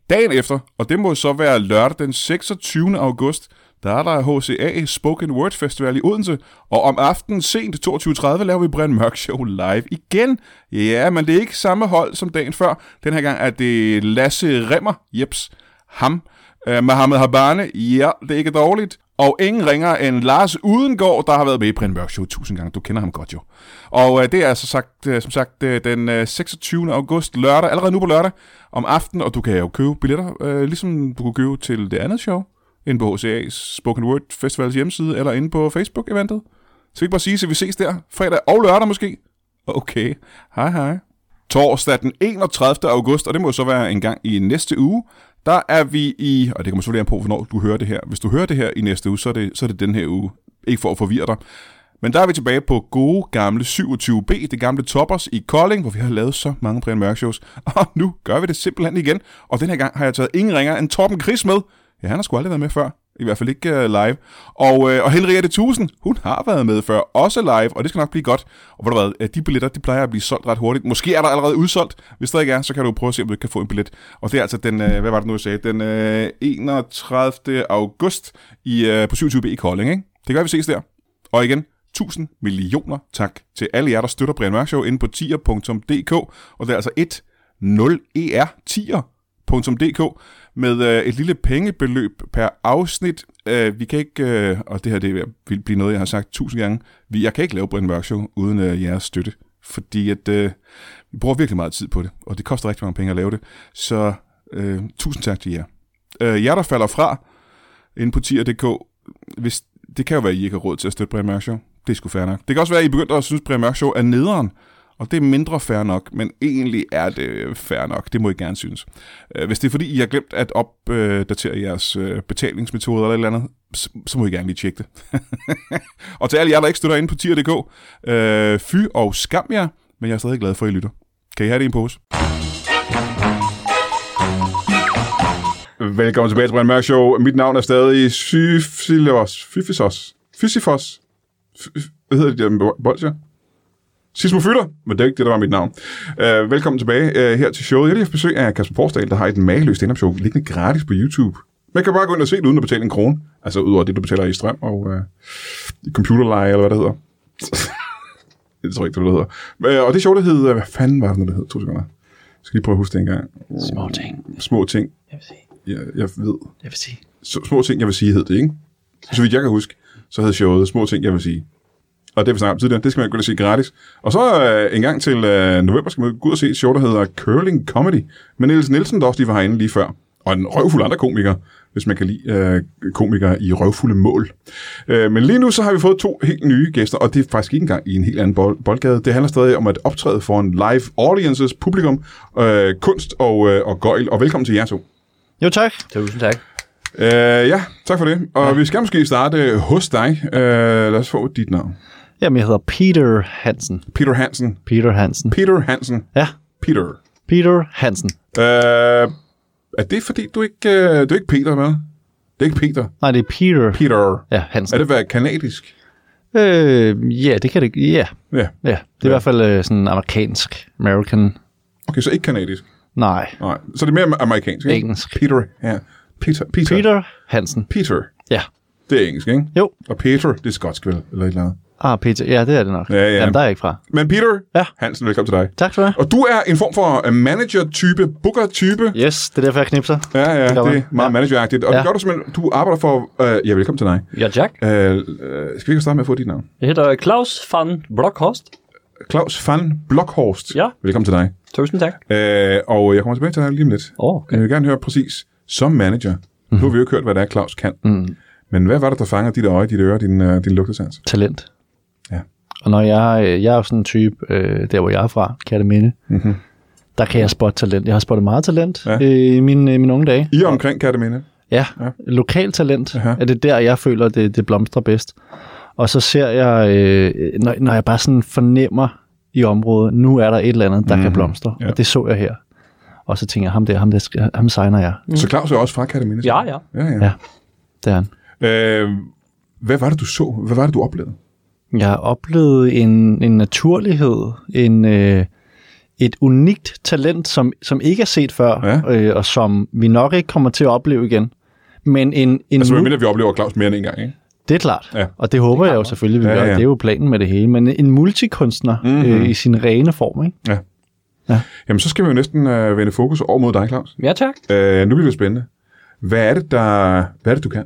Speaker 1: Dagen efter, og det må så være lørdag den 26. august, der er der HCA Spoken Word Festival i Odense, og om aftenen sent 22.30 laver vi Brian Mørk Show live igen. Ja, men det er ikke samme hold som dagen før. Den her gang er det Lasse Remmer, jeps, ham, øh, Mohammed Habane, ja, det er ikke dårligt. Og ingen ringer end Lars Udengård, der har været med i Brian Mørk Show tusind gange. Du kender ham godt jo. Og øh, det er altså sagt, øh, som sagt øh, den øh, 26. august lørdag, allerede nu på lørdag om aftenen, og du kan jo købe billetter, øh, ligesom du kunne købe til det andet show, inde på HCA's Spoken Word Festivals hjemmeside, eller inde på Facebook-eventet. Så vi ikke bare sige, at vi ses der fredag og lørdag måske. Okay, hej hej. Torsdag den 31. august, og det må jo så være en gang i næste uge, der er vi i, og det kommer selvfølgelig an på, hvornår du hører det her. Hvis du hører det her i næste uge, så er det, så er det den her uge. Ikke for at forvirre dig. Men der er vi tilbage på gode gamle 27B, det gamle Toppers i Kolding, hvor vi har lavet så mange Brian Mørk shows. Og nu gør vi det simpelthen igen, og den her gang har jeg taget ingen ringer end Torben Chris med. Ja, han har sgu aldrig været med før. I hvert fald ikke uh, live. Og, øh, og Henriette Tusen, hun har været med før, også live, og det skal nok blive godt. Og hvor der været, øh, de billetter, de plejer at blive solgt ret hurtigt. Måske er der allerede udsolgt. Hvis der ikke er, så kan du prøve at se, om du ikke kan få en billet. Og det er altså den, øh, hvad var det nu, jeg sagde? Den øh, 31. august i, øh, på 27B i Kolding, ikke? Det gør, vi ses der. Og igen, tusind millioner tak til alle jer, der støtter Brian Mørk Show inde på tier.dk. Og det er altså E 10er10er.dk med øh, et lille pengebeløb per afsnit. Øh, vi kan ikke, øh, og det her det vil blive noget, jeg har sagt tusind gange, vi, jeg kan ikke lave Brian Mørk Show uden øh, jeres støtte, fordi at, øh, vi bruger virkelig meget tid på det, og det koster rigtig mange penge at lave det. Så øh, tusind tak til jer. Øh, jer, der falder fra inde på tier.dk, hvis, det kan jo være, at I ikke har råd til at støtte Brian Mørk Show. Det er sgu fair nok. Det kan også være, at I begyndte at synes, at Brian Mørk Show er nederen, og det er mindre fair nok, men egentlig er det fair nok. Det må I gerne synes. Øh, Hvis det er fordi, I har glemt at opdatere jeres øh, betalingsmetoder eller et eller andet, så, så må I gerne lige tjekke det. [laughs] og til alle jer, der ikke støtter inde på tier.dk, øh, fy og skam jer, men jeg er stadig glad for, at I lytter. Kan I have det i en pose? Velkommen tilbage til Brian Mørk Show. Mit navn er stadig Syfilos. Fifisos. Fisifos. F- Hvad hedder de der med bol- bolsjer? Sismofytter, men det er ikke det, der var mit navn. Uh, velkommen tilbage uh, her til showet. Jeg har lige haft besøg af Kasper Forsdal, der har et mageløst stand show liggende gratis på YouTube. Man kan bare gå ind og se det, uden at betale en krone. Altså udover det, du betaler i strøm og uh, i computerleje, eller hvad det hedder. [laughs] det tror jeg ikke, det er, det, det hedder. Uh, og det show, der hed... Uh, hvad fanden var det, nu, det hed? To sekunder. Jeg skal lige prøve at huske det en gang.
Speaker 2: Små ting.
Speaker 1: Små ting,
Speaker 2: Jeg vil sige.
Speaker 1: jeg, jeg ved.
Speaker 2: Jeg vil sige.
Speaker 1: Så, små ting, jeg vil sige, hed det, ikke? Så vidt jeg kan huske, så hed showet Små ting, jeg vil sige. Og det har vi snakket om tidligere, det skal man gå ind og se gratis. Og så øh, en gang til øh, november skal man gå ud og se et show, der hedder Curling Comedy. Men Niels Nielsen, der også lige var herinde lige før, og en røvfuld andre komikere. hvis man kan lide øh, komikere i røvfulde mål. Øh, men lige nu så har vi fået to helt nye gæster, og det er faktisk ikke engang i en helt anden bold, boldgade. Det handler stadig om at optræde for en live audiences, publikum, øh, kunst og, øh, og gøjl. Og velkommen til jer to.
Speaker 2: Jo, tak.
Speaker 4: Tusind tak.
Speaker 1: Øh, ja, tak for det. Og ja. vi skal måske starte hos dig. Øh, lad os få dit navn.
Speaker 2: Jamen, jeg hedder Peter Hansen.
Speaker 1: Peter Hansen.
Speaker 2: Peter Hansen.
Speaker 1: Peter Hansen.
Speaker 2: Ja,
Speaker 1: Peter.
Speaker 2: Peter Hansen.
Speaker 1: Øh, er det fordi, du ikke, øh, du er ikke Peter med? Det er ikke Peter.
Speaker 2: Nej, det er Peter.
Speaker 1: Peter.
Speaker 2: Ja, Hansen.
Speaker 1: Er det være kanadisk?
Speaker 2: Øh, ja, det kan det. Ja,
Speaker 1: Ja.
Speaker 2: ja. det er i hvert fald øh, sådan amerikansk, American.
Speaker 1: Okay, så ikke kanadisk.
Speaker 2: Nej,
Speaker 1: Nej. Så det er mere amerikansk, ikke?
Speaker 2: Engelsk.
Speaker 1: Peter. Ja. Peter. Peter.
Speaker 2: Peter Hansen.
Speaker 1: Peter.
Speaker 2: Ja.
Speaker 1: Det er engelsk, ikke?
Speaker 2: Jo.
Speaker 1: Og Peter, det er skotsk, vel? Eller et eller andet.
Speaker 2: Ah, Peter. Ja, det er det nok.
Speaker 1: Ja, ja.
Speaker 2: Jamen, der er jeg ikke fra.
Speaker 1: Men Peter
Speaker 2: Ja.
Speaker 1: Hansen, velkommen til dig.
Speaker 2: Tak for det.
Speaker 1: Og du er en form for øh, manager-type, booker-type.
Speaker 2: Yes, det er derfor, jeg knipser.
Speaker 1: Ja, ja,
Speaker 2: gør
Speaker 1: det
Speaker 2: man.
Speaker 1: er meget
Speaker 2: Ja.
Speaker 1: manageragtigt. Og
Speaker 2: Ja.
Speaker 1: det gør du simpelthen, du arbejder for... Øh, ja, velkommen til dig.
Speaker 3: Ja, Jack.
Speaker 1: Øh, øh, skal vi ikke starte med at få dit navn?
Speaker 3: Jeg hedder Claus van Blockhorst.
Speaker 1: Claus van Blokhorst.
Speaker 3: Ja.
Speaker 1: Velkommen til dig.
Speaker 3: Tusind tak.
Speaker 1: Øh, og jeg kommer tilbage til dig lige om lidt.
Speaker 3: Åh, okay.
Speaker 1: Jeg vil gerne høre præcis, som manager, nu har vi jo ikke hørt, hvad det er, Claus kan. Mm. Men hvad var det, der fangede dit øje, dit øre, din, øh, din lugtesans?
Speaker 2: Talent.
Speaker 1: Ja.
Speaker 2: Og når jeg, øh, jeg er jo sådan en type, øh, der hvor jeg er fra, kan jeg det minde, mm-hmm. der kan jeg spotte talent. Jeg har spottet meget talent
Speaker 1: Ja.
Speaker 2: ja. øh, i mine, øh, mine unge dage.
Speaker 1: I er omkring Kataminde.
Speaker 3: Mm.
Speaker 2: Ja, ja. lokal talent
Speaker 1: Aha.
Speaker 2: er det der, jeg føler, det, det blomstrer bedst. Og så ser jeg, øh, når, når jeg bare sådan fornemmer i området, nu er der et eller andet, der mm-hmm. kan blomstre.
Speaker 1: Ja.
Speaker 2: Ja. Og det så jeg her. Og så tænker jeg, ham der, ham der, sk- ham signer jeg.
Speaker 1: Mm. Så Claus er også fra Kataminde?
Speaker 3: Ja, ja.
Speaker 1: ja, ja.
Speaker 2: Ja. Det er han.
Speaker 1: Øh, hvad var det, du så? Hvad var det, du oplevede?
Speaker 2: Jeg oplevede en, en naturlighed, en, øh, et unikt talent, som, som ikke er set før,
Speaker 1: Ja.
Speaker 2: øh, og som vi nok ikke kommer til at opleve igen. Men en, en
Speaker 1: Altså,
Speaker 2: mu-
Speaker 1: jeg mener, vi oplever Claus mere end en gang, ikke?
Speaker 2: Det er klart,
Speaker 1: Ja.
Speaker 2: ja. og det håber jeg jo selvfølgelig, vi
Speaker 1: Ja,
Speaker 2: gør.
Speaker 1: ja. Mhm.
Speaker 2: Det er jo planen med det hele. Men en multikunstner mm-hmm. øh, i sin rene form, ikke?
Speaker 1: Ja.
Speaker 2: Ja.
Speaker 1: Jamen, så skal vi jo næsten øh, vende fokus over mod dig, Claus.
Speaker 3: Ja, tak.
Speaker 1: Øh, nu bliver det spændende. Hvad er det, der, hvad er det du kan?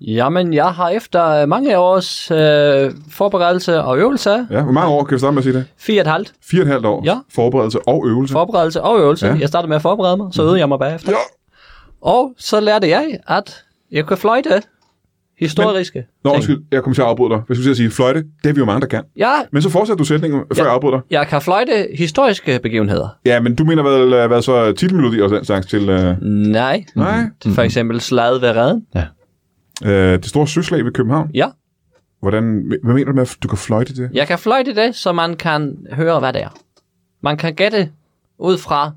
Speaker 3: Jamen, jeg har efter mange års øh, forberedelse og øvelse,
Speaker 1: Ja, hvor mange år kan vi starte med at sige det?
Speaker 3: fire og et halvt
Speaker 1: Fire og et halvt år.
Speaker 3: Ja.
Speaker 1: Forberedelse og øvelse.
Speaker 3: forberedelse og øvelse,
Speaker 1: Mm. Ja. Mm-hmm.
Speaker 3: ja. jeg startede med at forberede mig, så øvede jeg mig bagefter.
Speaker 1: Ja.
Speaker 3: Og så lærte jeg, at jeg kan fløjte historiske
Speaker 1: Nå,
Speaker 3: ting.
Speaker 1: undskyld, jeg kommer til at afbryde dig. Hvis du skal sige fløjte, det er vi jo mange, der kan.
Speaker 3: Jeg,
Speaker 1: Men så fortsætter du sætningen, før ja.
Speaker 3: Ja.
Speaker 1: jeg afbryder dig.
Speaker 3: jeg kan fløjte historiske begivenheder.
Speaker 1: Ja, men du mener vel, øh, hvad så titelmelodi og den slags til... Øh,
Speaker 3: Nej.
Speaker 1: Nej.
Speaker 3: Det er for eksempel slaget ved redden.
Speaker 1: øh, det store søslag ved København.
Speaker 3: Ja.
Speaker 1: Hvordan, hvad mener du med, at du kan fløjte det?
Speaker 3: Jeg kan fløjte det, så man kan høre, hvad det er. Man kan gætte ud fra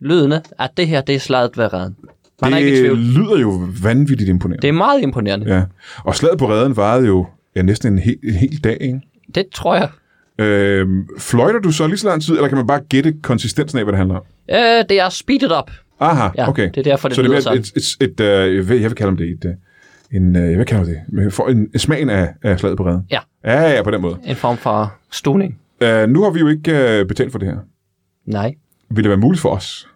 Speaker 3: lydene, at det her, det er slaget ved redden. Man det... er ikke i
Speaker 1: det
Speaker 3: tvivl.
Speaker 1: lyder jo vanvittigt imponerende.
Speaker 3: Det er meget imponerende. Ja.
Speaker 1: Ja. Og slaget på redden varede jo ja, næsten en hel, en hel dag, ikke?
Speaker 3: Det tror jeg.
Speaker 1: Øh, fløjter du så lige så lang tid, eller kan man bare gætte konsistensen af, hvad det handler om?
Speaker 3: Øh, det er speedet op.
Speaker 1: Aha,
Speaker 3: Ja,
Speaker 1: okay.
Speaker 3: det er derfor, det
Speaker 1: så
Speaker 3: lyder
Speaker 1: det er mere et, et, et, et, øh, hvad- jeg vil kalde dem det, et, øh, en, øh, hvad kalder man det? For en, en smagen af, af slaget på redden.
Speaker 3: Ja.
Speaker 1: Ja, ja, på den måde.
Speaker 3: En form for stuning.
Speaker 1: Uh, nu har vi jo ikke uh, betalt for det her.
Speaker 3: Nej.
Speaker 1: Vil det være muligt for os?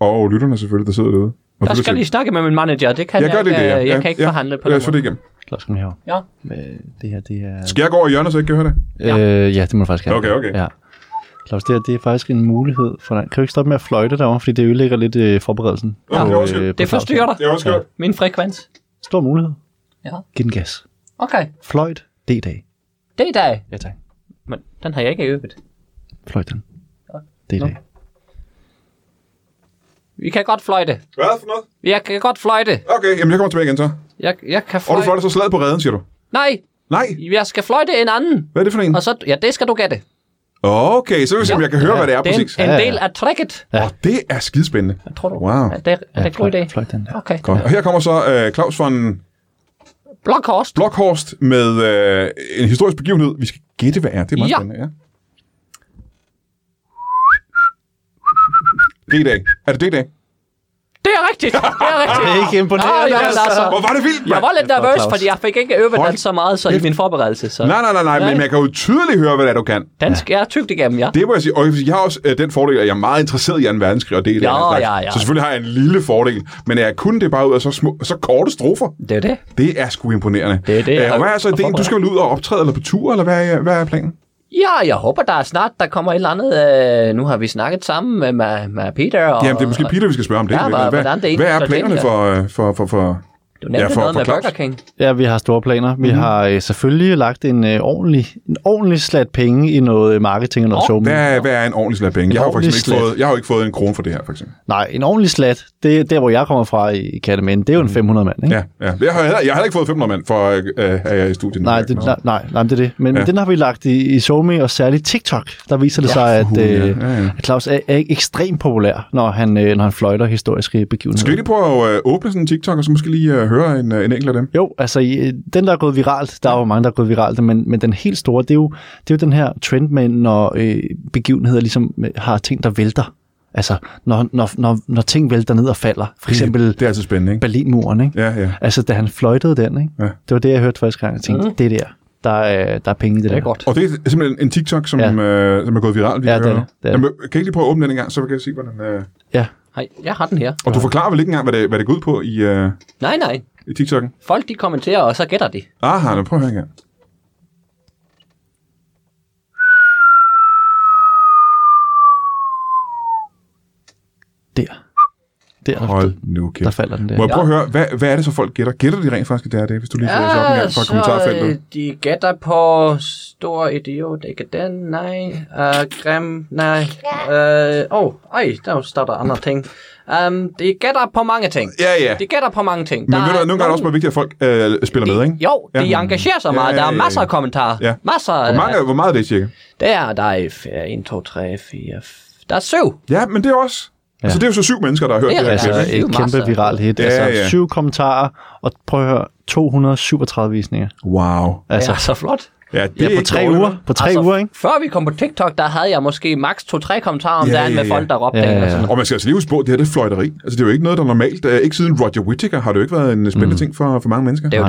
Speaker 1: Og lytterne selvfølgelig, der sidder derude. Og
Speaker 3: Jeg skal lige snakke med min manager. Det kan
Speaker 1: jeg
Speaker 3: jeg,
Speaker 1: gør det,
Speaker 3: ikke, øh,
Speaker 1: det, ja.
Speaker 3: jeg
Speaker 1: ja,
Speaker 3: kan ikke
Speaker 1: ja,
Speaker 3: forhandle på
Speaker 1: ja,
Speaker 3: den
Speaker 1: så det
Speaker 3: måde.
Speaker 1: igennem.
Speaker 2: Klaus, kom herover.
Speaker 3: Ja.
Speaker 2: Øh, Det her, det er...
Speaker 1: Skal jeg gå over i hjørnet, så jeg ikke kan høre det?
Speaker 3: Ja.
Speaker 2: Øh, ja, det må du faktisk gerne.
Speaker 1: Okay, okay.
Speaker 2: Ja. Klaus, det her, det er faktisk en mulighed for dig. Kan du ikke stoppe med at fløjte derovre, fordi det ødelægger lidt øh, forberedelsen? øh,
Speaker 1: Ja, det er også-
Speaker 3: Det
Speaker 2: Claus.
Speaker 3: forstyrrer dig.
Speaker 1: Det er også godt.
Speaker 3: Min frekvens.
Speaker 2: Stor mulighed.
Speaker 3: Ja.
Speaker 2: Giv den gas.
Speaker 3: Okay.
Speaker 2: Fløjt D-dag.
Speaker 3: Det er dag.
Speaker 2: Ja, tak.
Speaker 3: Men den har jeg ikke øvet.
Speaker 2: Fløjt den. D-dag.
Speaker 3: Vi kan godt fløjte.
Speaker 1: Hvad for noget?
Speaker 3: Jeg kan godt fløjte.
Speaker 1: Okay, jamen jeg kommer tilbage igen så.
Speaker 3: Jeg, jeg kan
Speaker 1: Og du
Speaker 3: fløjte.
Speaker 1: får det så slaget på redden, siger du?
Speaker 3: Nej,
Speaker 1: Nej,
Speaker 3: jeg skal fløjte en anden.
Speaker 1: hvad er det for en?
Speaker 3: Mm. Og så, ja, det skal du gætte.
Speaker 1: Okay, så vil vi se, om jeg kan høre, hvad det er
Speaker 3: Det er
Speaker 1: præcis.
Speaker 2: Ja,
Speaker 3: en, en
Speaker 2: ja.
Speaker 3: del af tricket.
Speaker 1: Åh, det er skidespændende.
Speaker 3: Tror du?
Speaker 1: Wow.
Speaker 3: Er det, er det Ah. en god
Speaker 2: fløjt-
Speaker 3: idé?
Speaker 2: Fløjt den.
Speaker 3: Okay.
Speaker 1: Godt. Og her kommer så uh, Claus von
Speaker 3: Blockhorst.
Speaker 1: Blokhorst med uh, en historisk begivenhed. Vi skal gætte, hvad er. Det er meget
Speaker 3: Ja.
Speaker 1: spændende, ja. D-dag. Er det D-dag?
Speaker 3: Det er rigtigt. Det er rigtigt.
Speaker 2: Det er ikke
Speaker 3: Ah,
Speaker 2: imponerende,
Speaker 3: ja, altså.
Speaker 1: Hvor var det vildt,
Speaker 3: Jeg
Speaker 1: mand!
Speaker 3: var lidt
Speaker 2: Det er for
Speaker 3: nervøs,
Speaker 2: Claus.
Speaker 3: fordi jeg fik ikke øvet
Speaker 1: Hold
Speaker 3: alt så meget så i min forberedelse. Så
Speaker 1: Nej, nej, nej, nej, men
Speaker 3: Nej.
Speaker 1: man kan jo tydeligt høre, hvad det er, du kan.
Speaker 3: den skal jeg tygt igennem, ja.
Speaker 1: Det må jeg sige. Og jeg har også øh, den fordel, at jeg er meget interesseret i 2. verdenskrig, og det er det
Speaker 3: Ja,
Speaker 1: andet slags.
Speaker 3: ja, ja.
Speaker 1: Så selvfølgelig har jeg en lille fordel, men jeg kunne det bare ud af så, små, så korte strofer.
Speaker 3: Det er det.
Speaker 1: Det er sgu imponerende.
Speaker 3: Det er det, jeg
Speaker 1: Øh, og
Speaker 3: har
Speaker 1: hvad er så
Speaker 3: at
Speaker 1: ideen? Du
Speaker 3: forberede.
Speaker 1: skal vel ud og optræde eller på tur, eller hvad er, hvad er planen?
Speaker 3: Ja, jeg håber, der er snart der kommer et eller andet. Øh, nu har vi snakket sammen med, med, med Peter. Og,
Speaker 1: Jamen, det er måske Peter, vi skal spørge om det.
Speaker 3: Ja,
Speaker 1: Men
Speaker 3: hvad-
Speaker 1: hvad,
Speaker 3: hvordan det egentlig
Speaker 1: hvad er
Speaker 3: står til,
Speaker 1: planerne for, øh, for, for, for,
Speaker 3: Det er jo nærmest
Speaker 1: Ja, for-
Speaker 3: noget
Speaker 1: for
Speaker 3: med
Speaker 1: Claus.
Speaker 3: Burger King.
Speaker 2: Ja, vi har store planer. Vi mm-hmm. har øh, selvfølgelig lagt en, øh, ordentlig, en ordentlig slat penge i noget øh, marketing og noget oh,
Speaker 1: Hvad er, hvad er en ordentlig slat penge? Jeg har, jo for
Speaker 2: ordentlig
Speaker 1: eksempel ikke
Speaker 2: slat.
Speaker 1: fået, jeg har jo ikke fået en krone for det her, for eksempel.
Speaker 2: Nej, en ordentlig slat, det er der, hvor jeg kommer fra i, i Katamænd. Det er jo en 500 mand, ikke?
Speaker 1: Ja, ja. Jeg har, heller- jeg har heller ikke fået 500 mand for, øh, at jeg er i studiet. nu.
Speaker 2: Nej, det, nej, nej, nej, men det er det. Men, ja. men den har vi lagt i, i Somi, og særligt TikTok. Der viser det ja, sig, at
Speaker 1: hulen, ja.
Speaker 2: øh,
Speaker 1: Ja, ja.
Speaker 2: at Claus er, er ekstremt populær, når han, øh, når han fløjter historiske begivenheder.
Speaker 1: Skal vi ikke lige prøve at øh, åbne sådan en TikTok, og så måske lige øh, høre en, øh, en enkelt af dem?
Speaker 2: Jo, altså i- den, der er gået viralt, der er jo mange, der er gået viralt, men, men den helt store, det er jo, det er jo den her trend med, når øh, begivenheder ligesom øh, har ting, der vælter. Altså, når, når, når, når ting vælter ned og falder. For eksempel
Speaker 1: Det er altså spændende, ikke?
Speaker 2: Berlinmuren, ikke?
Speaker 1: Ja, ja.
Speaker 2: Altså, da han fløjtede den, ikke?
Speaker 1: Ja.
Speaker 2: Det var det, jeg hørte første gang, jeg tænkte, mm. det der, der er, der er penge i det, det
Speaker 3: Det
Speaker 2: der.
Speaker 3: er godt.
Speaker 1: Og det er simpelthen en TikTok, som,
Speaker 2: Ja.
Speaker 1: øh, som er gået viralt. vi
Speaker 2: Ja,
Speaker 1: kan
Speaker 2: det er
Speaker 1: høre.
Speaker 2: det. Det er
Speaker 1: Jamen, kan I ikke lige prøve at åbne den en gang, så kan jeg se, hvordan... Øh...
Speaker 2: Ja.
Speaker 3: Hej, jeg har den her.
Speaker 1: Og du forklarer vel ikke engang, hvad det, hvad det går ud på i, øh,
Speaker 3: Nej, nej.
Speaker 1: i TikTok'en?
Speaker 3: Folk de kommenterer, og så gætter de.
Speaker 1: Aha, nu prøv at høre en gang.
Speaker 2: Der. Der,
Speaker 1: Hold nu kæft.
Speaker 2: der falder den der.
Speaker 1: Må jeg prøve at høre, hvad, hvad er det så folk gætter? Gætter de rent faktisk, at det er det, hvis du lige læser op en gang fra kommentarfeltet?
Speaker 3: øh, de gætter på stor idiot, ikke den, nej, uh, grim, nej, øh, åh, uh, oh, ej, der starter
Speaker 1: [laughs]
Speaker 3: andre ting. Um, de gætter på mange ting.
Speaker 1: Ja, ja.
Speaker 3: De gætter på mange ting.
Speaker 1: Men
Speaker 3: Der
Speaker 1: ved du,
Speaker 3: er
Speaker 1: hvad, nogle gange er det også
Speaker 3: nogen-
Speaker 1: meget vigtigt, at folk øh, spiller med, ikke?
Speaker 3: Jo, de
Speaker 1: Ja.
Speaker 3: engagerer sig
Speaker 1: Ja,
Speaker 3: meget.
Speaker 1: ja,
Speaker 3: Der er
Speaker 1: ja,
Speaker 3: masser
Speaker 1: ja.
Speaker 3: af kommentarer.
Speaker 1: Ja.
Speaker 3: Masser
Speaker 1: Hvor, mange,
Speaker 3: af...
Speaker 1: hvor meget er det cirka?
Speaker 3: Der, der er 1, 2, 3, 4, der er syv.
Speaker 1: Ja, men det er også... Ja. Altså, det er jo så syv mennesker, der har hørt
Speaker 3: Det
Speaker 1: det,
Speaker 3: er
Speaker 1: det her
Speaker 3: rigtigt.
Speaker 2: Altså
Speaker 1: klip,
Speaker 3: det er
Speaker 2: et
Speaker 3: jo masser.
Speaker 2: kæmpe viralt hit.
Speaker 1: Ja,
Speaker 2: Ja, altså
Speaker 1: ja.
Speaker 2: syv kommentarer, og prøv at høre, 237 visninger.
Speaker 1: ikke? Wow.
Speaker 3: Altså,
Speaker 2: Altså,
Speaker 3: ja, så flot.
Speaker 1: Ja, det
Speaker 2: ja,
Speaker 1: er
Speaker 2: på
Speaker 1: ikke
Speaker 2: tre
Speaker 1: dårligt,
Speaker 2: uger.
Speaker 1: hva'?
Speaker 2: På tre altså, uger, ikke?
Speaker 3: Før vi kom på TikTok, der havde jeg måske maks 2-3 kommentarer om
Speaker 1: Ja,
Speaker 3: ja, dagen
Speaker 1: ja,
Speaker 3: med
Speaker 1: ja.
Speaker 3: folk, der råbte
Speaker 2: Ja,
Speaker 3: ja,
Speaker 2: ja, ja.
Speaker 3: ja, ja.
Speaker 1: Og man skal altså lige huske på, at det her det er fløjteri. Altså, det er jo ikke noget, der er normalt... Øh, ikke siden Roger Whittaker har det jo ikke været en spændende mm. ting for, for mange mennesker.
Speaker 3: Det er jo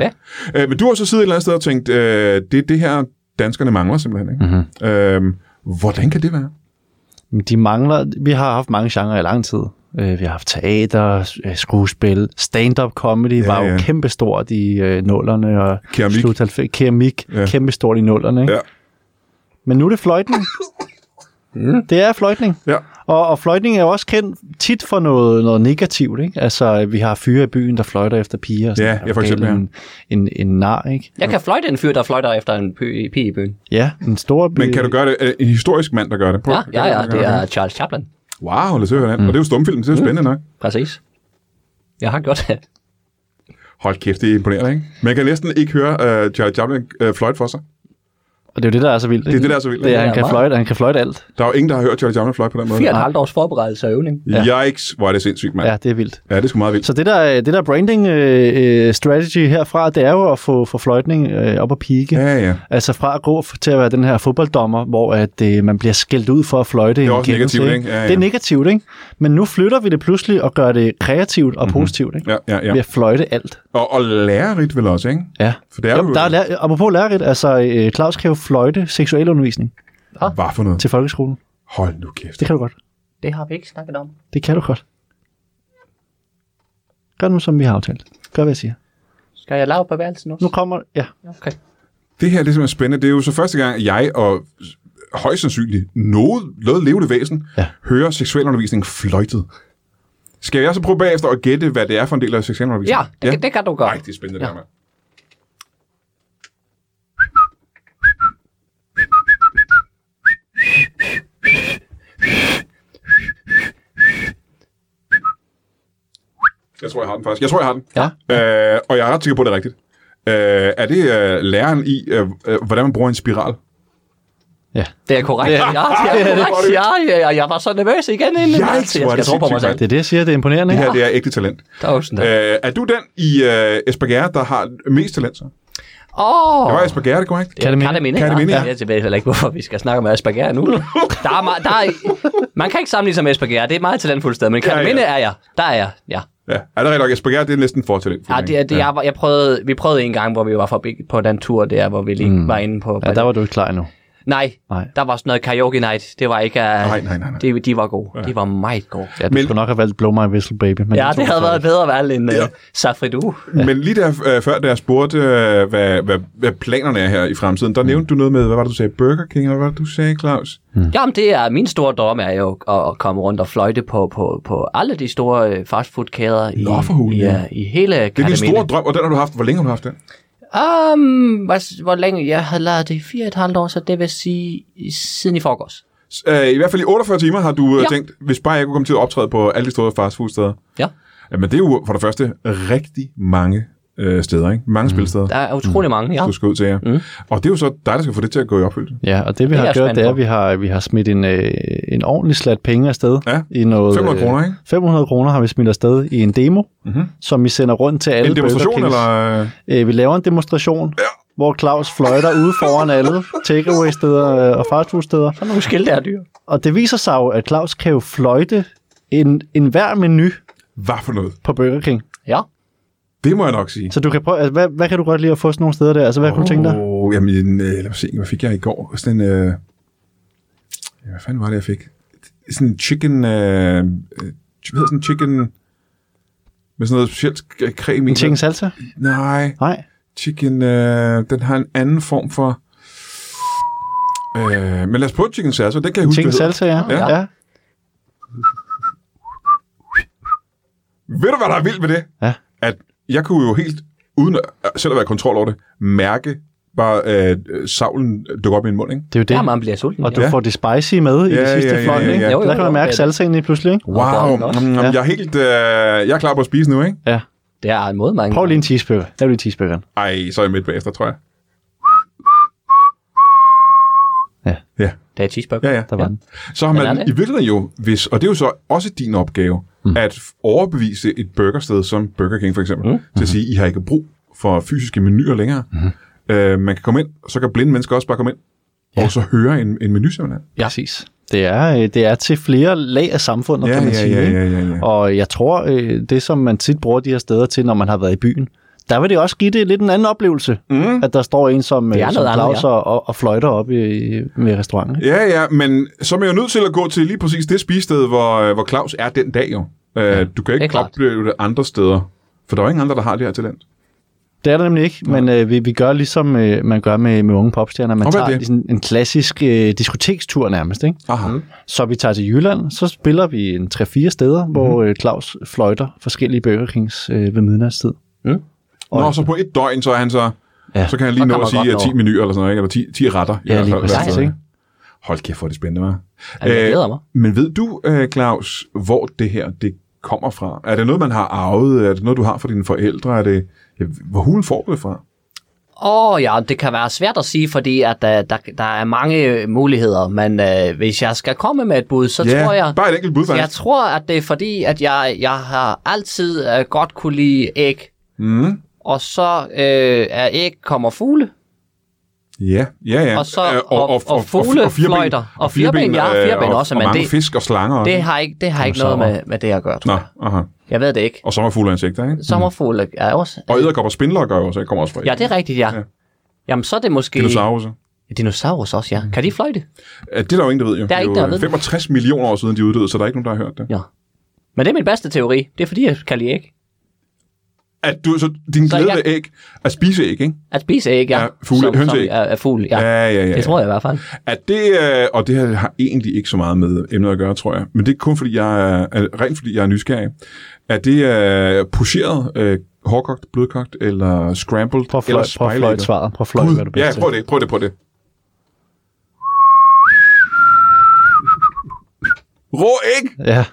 Speaker 3: det.
Speaker 1: Øh, men du har så siddet et eller andet sted og tænkt, øh, det er det her, danskerne mangler simpelthen. Ikke? Mm-hmm. Øh, hvordan kan det være?
Speaker 2: Men De mangler, vi har haft mange genrer i lang tid. Øh, Vi har haft teater, s- øh, skuespil, stand-up comedy ja, var jo
Speaker 1: ja.
Speaker 2: ja. kæmpestort i øh, nullerne. Og
Speaker 1: Keramik.
Speaker 2: Slut 90, keramik,
Speaker 1: Ja.
Speaker 2: ja. kæmpestort i nullerne. Ikke?
Speaker 1: Ja.
Speaker 2: Men nu er det fløjtning.
Speaker 1: Mm.
Speaker 2: det er fløjtning.
Speaker 1: Ja.
Speaker 2: Og, og fløjtning er jo også kendt tit for noget, noget negativt. Ikke? Altså, vi har fyre i byen, der fløjter efter piger. Og
Speaker 1: Ja,
Speaker 2: der
Speaker 1: ja,
Speaker 2: er
Speaker 1: for
Speaker 2: jo
Speaker 1: eksempel,
Speaker 2: galt En, en, en nar, ikke?
Speaker 3: Jeg kan fløjte en fyr, der fløjter efter en py, pige i byen.
Speaker 2: Ja, en stor by.
Speaker 1: Men kan du gøre det? Øh, En historisk mand, der gør det. Prøv,
Speaker 3: Ja, ja, ja,
Speaker 1: gør
Speaker 3: det er Charles Chaplin.
Speaker 1: Wow, lad os høre hvordan. Mm. Og det er jo stumfilm, så det er jo spændende nok.
Speaker 3: Præcis. Jeg har gjort det.
Speaker 1: Hold kæft, det er imponerende, ikke? Man kan næsten ikke høre uh, Charlie Chaplin uh, fløjte for sig.
Speaker 2: Og det er jo det, der er så vildt.
Speaker 1: Det er
Speaker 2: ikke?
Speaker 1: det, der er så vildt.
Speaker 2: Det er, han,
Speaker 3: Ja,
Speaker 2: kan
Speaker 3: meget.
Speaker 2: fløjte, han kan fløjte alt.
Speaker 1: Der er jo ingen, der har hørt Charlie Chaplin fløjte på den måde.
Speaker 3: Fire og et halvt års forberedelse og øvning.
Speaker 1: Ja. Yikes, hvor er det sindssygt, mand. Ja.
Speaker 2: Ja, det er vildt.
Speaker 1: ja, det er sgu meget vildt.
Speaker 2: Så det der, det der branding øh, øh, strategy herfra, det er jo at få, få fløjtning øh, op og pike.
Speaker 1: Ja, ja.
Speaker 2: Altså fra at gå f- til at være den her fodbolddommer, hvor at, øh, man bliver skældt ud for at fløjte. Det
Speaker 1: er også negativt, ikke? Ja, ja.
Speaker 2: Det er negativt, ikke? Men nu flytter vi det pludselig og gør det kreativt og mm-hmm. positivt, ikke?
Speaker 1: Ja, Mhm. ja,
Speaker 2: Ved
Speaker 1: ja.
Speaker 2: at fløjte alt.
Speaker 1: Og, og lærerigt vel også, ikke?
Speaker 2: Ja.
Speaker 1: For det er
Speaker 2: Jamen,
Speaker 1: jo...
Speaker 2: der er lærer, apropos lærerigt, altså øh, Claus kan jo fløjte seksualundervisning
Speaker 1: Hvad for noget?
Speaker 2: til folkeskolen.
Speaker 1: Hold nu kæft.
Speaker 2: Det kan du godt.
Speaker 3: Det har vi ikke snakket om.
Speaker 2: Det kan du godt. Gør nu, som vi har aftalt. Gør, hvad jeg siger.
Speaker 3: Skal jeg lave på værelsen
Speaker 2: Nu
Speaker 3: også?
Speaker 2: kommer... Ja.
Speaker 3: Okay.
Speaker 1: Det her det er simpelthen spændende. Det er jo så første gang, jeg og højst sandsynligt noget, noget levende væsen ja.
Speaker 2: Ja.
Speaker 1: hører seksualundervisning fløjtet. Skal jeg så prøve bagefter at gætte, hvad det er for en del af
Speaker 3: Ja,
Speaker 1: seksualundervisningen?
Speaker 3: det, ja. det kan du
Speaker 1: Nej,
Speaker 3: godt.
Speaker 1: det er spændende, ja. det her, mand. Jeg tror, jeg har den faktisk. Jeg tror, jeg har den.
Speaker 2: Ja.
Speaker 1: Øh, og jeg er ret sikker på, at det er rigtigt. Øh, er det øh, læren i, øh, øh, hvordan man bruger en spiral?
Speaker 2: Ja.
Speaker 3: Det er korrekt. Ja, det er korrekt. Ja, ja, ja, jeg var så nervøs igen inden.
Speaker 1: Yikes,
Speaker 3: jeg
Speaker 1: hvor er
Speaker 3: skal
Speaker 1: det
Speaker 3: tro på mig
Speaker 1: sindssygt,
Speaker 3: selv.
Speaker 2: Det er det, jeg siger. Det er imponerende.
Speaker 1: Det her,
Speaker 2: ikke?
Speaker 1: det er ægte talent.
Speaker 3: Tusind tak.
Speaker 1: Øh, er du den i øh, Esbergere, der har mest talent? Så?
Speaker 3: Åh!
Speaker 1: Det var Esbergere, det er korrekt?
Speaker 3: Kan det minde?
Speaker 2: Katamine.
Speaker 3: Kan det minde?
Speaker 1: Katamine, ja.
Speaker 3: Jeg ved heller ikke, hvorfor vi skal snakke om Asperger nu. Der er, ma- der er, man kan ikke sammenligne sig med Asperger. Det er et meget talentfuldt sted, men
Speaker 1: Ja,
Speaker 3: kan det minde er jeg. Der er jeg, ja.
Speaker 1: Ja, er det rigtigt nok? Esbergere, det er næsten for talent.
Speaker 3: Ja, det, er- det, jeg, var- jeg prøvede, vi prøvede en gang, hvor vi var forbi, på den tur der, hvor vi lige mm. var inde på.
Speaker 2: Ja, der var du ikke klar endnu.
Speaker 3: Nej,
Speaker 2: Nej.
Speaker 3: der var sådan noget karaoke night. Det var ikke... Uh,
Speaker 1: Nej, nej, nej, nej.
Speaker 3: De, de var gode. Ja. De var meget gode.
Speaker 2: Ja, du
Speaker 1: Men-
Speaker 2: men... skulle nok have valgt Blow My Whistle Baby. Men
Speaker 3: Ja,
Speaker 2: jeg tror,
Speaker 3: det havde
Speaker 2: var-
Speaker 3: været bedre valg end uh,
Speaker 1: Ja.
Speaker 3: ja. Safridu.
Speaker 1: Men lige der, øh, før, da jeg spurgte, øh, hvad, hvad, hvad planerne er her i fremtiden, der
Speaker 3: Mm.
Speaker 1: nævnte du noget med, hvad var det, du sagde, Burger King, eller hvad var det, du sagde, Claus?
Speaker 3: Jamen, det er min store drøm er jo at, at komme rundt og fløjte på, på, på alle de store øh, fastfoodkæder i,
Speaker 1: Nå, for hulen,
Speaker 3: i,
Speaker 1: ja.
Speaker 3: øh, i hele
Speaker 1: Det er din
Speaker 3: Kerteminde.
Speaker 1: store drøm, og den har du haft. Hvor længe har du haft den?
Speaker 3: Um, hvor, hvor længe? Jeg havde lavet det i fire og et halvt år, så det vil sige i- siden i forgårs.
Speaker 1: S- øh, I hvert fald i 48 timer har du ja.
Speaker 3: Ja.
Speaker 1: tænkt, hvis bare jeg kunne komme til at optræde på alle de store fastfoodsteder.
Speaker 3: Ja.
Speaker 1: Jamen, det er jo for det første rigtig mange øh, steder, ikke? Mange mm.
Speaker 2: Mhm.
Speaker 1: spilsteder,
Speaker 3: Der er utrolig mange, ja.
Speaker 1: du skal ud til jer. Mm. Og det er jo så dig, der skal få det til at gå i opfyldelse.
Speaker 2: Ja, og det vi
Speaker 3: Det er
Speaker 2: har
Speaker 3: jeg
Speaker 2: gjort,
Speaker 3: spændt
Speaker 2: det er,
Speaker 3: på.
Speaker 2: at vi har, vi har smidt en, øh, en ordentlig slat penge afsted.
Speaker 1: Ja,
Speaker 2: I noget,
Speaker 1: 500
Speaker 2: øh,
Speaker 1: kroner, ikke? Mhm.
Speaker 2: 500 kroner har vi smidt afsted i en demo, mm-hmm. som vi sender rundt til alle
Speaker 1: En demonstration,
Speaker 2: Burger Kings.
Speaker 1: eller... øh,
Speaker 2: Øh, vi laver en demonstration, ja. hvor Claus fløjter ude foran alle takeaway-steder øh, og fastfood-steder.
Speaker 3: Der er nogle skilte af dyr.
Speaker 2: Og det viser sig jo, at Claus kan jo fløjte en, en hver menu
Speaker 1: Hvad for noget?
Speaker 2: på Burger King.
Speaker 3: Ja.
Speaker 1: Det må jeg nok sige.
Speaker 2: Så du kan prøve, altså, hvad, hvad kan du godt lide at få sådan nogle steder der? Altså, hvad oh. kunne du tænke dig?
Speaker 1: Åh, jamen, øh, lad mig se, hvad fik jeg i går? Sådan en, øh, ja, hvad fanden var det, jeg fik? Sådan en chicken, øh, øh, hvad hedder sådan en chicken, med sådan noget specielt sk- creme i.
Speaker 2: En chicken salsa?
Speaker 1: Nej,
Speaker 2: Nej.
Speaker 1: chicken, øh, den har en anden form for, øh, men lad os prøve chicken salsa, den kan jeg huske,
Speaker 2: Chicken
Speaker 1: hvad hedder.
Speaker 2: salsa, ja.
Speaker 1: Ja.
Speaker 2: ja. ja.
Speaker 1: Ved du, hvad der er vildt ved det?
Speaker 2: Ja.
Speaker 1: At jeg kunne jo helt, uden at, selv at være i kontrol over det, mærke bare øh, øh, savlen dukke op i min mund, ikke?
Speaker 2: Det er jo det.
Speaker 3: Ja, man bliver sulten.
Speaker 2: Og du
Speaker 3: ja.
Speaker 1: Ja.
Speaker 2: får det spicy med i
Speaker 1: Ja,
Speaker 2: det sidste
Speaker 1: ja, ja,
Speaker 2: fløj,
Speaker 1: ja,
Speaker 2: ikke?
Speaker 1: ja.
Speaker 2: Jo, jo, der kan man mærke
Speaker 3: det-
Speaker 2: salsaen lige pludselig, ikke?
Speaker 1: Wow,
Speaker 3: bolden
Speaker 1: mm,
Speaker 3: også.
Speaker 1: ja.
Speaker 2: Ja.
Speaker 1: jeg er helt, øh, jeg er klar på at spise nu, ikke?
Speaker 2: Ja.
Speaker 3: Det er en måde, man...
Speaker 2: Prøv lige en cheeseburger. Lav lige cheeseburgeren.
Speaker 1: Ej, så er jeg midt bagefter, tror jeg.
Speaker 2: Ja.
Speaker 1: Ja,
Speaker 3: Det er cheeseburger.
Speaker 1: ja, ja.
Speaker 2: Der var den.
Speaker 1: Så har
Speaker 3: Sådan er
Speaker 1: man
Speaker 3: det.
Speaker 1: i virkeligheden jo, hvis, og det er jo så også din opgave, mm. at f- overbevise et burgersted som Burger King for eksempel, mm.
Speaker 3: Mm-hmm.
Speaker 1: til at sige, I har ikke brug for fysiske menuer længere.
Speaker 3: Mm-hmm.
Speaker 1: Mm. Øh, man kan komme ind, og så kan blinde mennesker også bare komme ind, ja. og så høre en, en menu simpelthen.
Speaker 2: Ja. Præcis. Det er, øh, det er til flere lag af samfundet,
Speaker 1: Ja,
Speaker 2: kan man
Speaker 1: ja,
Speaker 2: sige.
Speaker 1: ja,
Speaker 2: ikke?
Speaker 1: ja, ja, ja.
Speaker 2: Og jeg tror, øh, det som man tit bruger de her steder til, når man har været i byen, der vil det også give det lidt en anden oplevelse, mm. at der står en som,
Speaker 3: Det er
Speaker 2: øh, som
Speaker 3: noget andet,
Speaker 2: Claus
Speaker 3: ja.
Speaker 2: og, og, og fløjter op i, med restauranten. ikke?
Speaker 1: Ja, ja, men så er man jo nødt til at gå til lige præcis det spisested, hvor, øh, hvor Claus er den dag jo. Ja, du kan
Speaker 3: det er
Speaker 1: ikke
Speaker 3: klart.
Speaker 1: opleve det andre steder, for der er jo ingen andre, der har det her talent.
Speaker 2: Det er der nemlig ikke, men øh, vi, vi gør ligesom øh, man gør med, med unge popstjerner. Man
Speaker 1: Og hvad er
Speaker 2: tager
Speaker 1: det?
Speaker 2: ligesom, en klassisk øh, diskotekstur nærmest, ikke?
Speaker 1: Aha.
Speaker 3: Mm-hmm.
Speaker 1: Mm.
Speaker 2: Så vi tager til Jylland, så spiller vi en 3-4 steder, mm-hmm. hvor
Speaker 1: Mhm.
Speaker 2: øh, Claus fløjter forskellige Burger Kings øh, ved midnatstid.
Speaker 1: Nå, så på et døgn, så er han så... Ja,
Speaker 2: Ja,
Speaker 1: så kan han lige
Speaker 3: så
Speaker 1: nå
Speaker 3: kan
Speaker 1: at
Speaker 3: man
Speaker 1: sige
Speaker 3: godt
Speaker 1: øh, 10
Speaker 3: nå.
Speaker 1: menuer eller sådan noget, ikke? eller 10, 10 retter. i
Speaker 2: Ja,
Speaker 1: hvert
Speaker 2: lige
Speaker 1: fald,
Speaker 2: præcis,
Speaker 1: eller sådan
Speaker 2: ikke?
Speaker 1: noget. Hold kæft, hvor er det spændende, hva'?
Speaker 3: Ja, jeg glæder mig.
Speaker 1: Men ved du, øh, Claus, hvor det her det kommer fra? Er det noget, man har arvet? Er det noget, du har fra dine forældre? Er det, ja, hvor hulen får du det fra?
Speaker 3: Åh oh, ja, det kan være svært at sige, fordi at, uh, der, der er mange øh, muligheder, men uh, hvis jeg skal komme med et bud, så tror jeg...
Speaker 1: bare et enkelt bud,
Speaker 3: Jeg
Speaker 1: faktisk.
Speaker 3: tror, at det er fordi, at jeg, jeg har altid øh, godt kunne lide æg.
Speaker 1: Mm.
Speaker 3: Og så øh, er æg kommer fugle,
Speaker 1: Ja, ja, ja.
Speaker 3: Og så-
Speaker 1: Øh,
Speaker 3: og- og
Speaker 1: fireben-
Speaker 3: fuglefløjter. Og fireben, ja,
Speaker 1: øh,
Speaker 3: fireben
Speaker 1: og,
Speaker 3: også,
Speaker 1: og
Speaker 3: men
Speaker 1: mange
Speaker 3: det-
Speaker 1: fisk og slanger.
Speaker 3: det
Speaker 1: også.
Speaker 3: har ikke, det har ikke
Speaker 2: så-
Speaker 3: noget med, med det at gøre, tror
Speaker 1: Nå,
Speaker 3: jeg.
Speaker 1: aha.
Speaker 3: Jeg ved det ikke.
Speaker 1: Og Mm. sommerfugle og insekter, ikke?
Speaker 3: Sommerfugle er også...
Speaker 1: Og æderkopper og spindler gør jo også, kommer også fra
Speaker 3: Ja, det er rigtigt, ja.
Speaker 1: Ja.
Speaker 3: Jamen, så er det måske...
Speaker 1: Dinosaurer.
Speaker 3: Dinosaurus også, ja.
Speaker 1: Mm.
Speaker 3: Kan de fløjte?
Speaker 1: Ja, det er der jo ingen, der ved jo.
Speaker 3: Der er ikke
Speaker 1: det er
Speaker 3: nogen, der
Speaker 1: jo
Speaker 3: ved det.
Speaker 1: 65 millioner år siden, de uddøde, så der er ikke nogen, der har hørt det.
Speaker 3: Ja. Men det er min bedste teori. Det er fordi, jeg kan lide æg.
Speaker 1: At du, så din
Speaker 3: Så
Speaker 1: glæde
Speaker 3: jeg-
Speaker 1: ved æg, at spise æg, ikke?
Speaker 3: At spise æg, ja.
Speaker 1: Ja, fugle-
Speaker 3: som, som
Speaker 1: hønseæg.
Speaker 3: er, er fugle, ja.
Speaker 1: ja, ja. ja.
Speaker 3: Det tror jeg i hvert fald.
Speaker 1: At det, øh, og det her har egentlig ikke så meget med emnet at gøre, tror jeg. Men det er kun fordi, jeg er, er- rent fordi jeg er nysgerrig. Er det øh, pocheret, øh, hårdkogt, blødkogt, eller scrambled,
Speaker 2: Prøv at
Speaker 1: eller
Speaker 2: fløjte prøv at fløjte svaret. Prøv at fløjte, hvad du
Speaker 1: Gud,
Speaker 2: bedst
Speaker 1: ja,
Speaker 2: til.
Speaker 1: prøv det, prøv det, prøv det. Rå æg
Speaker 2: Ja.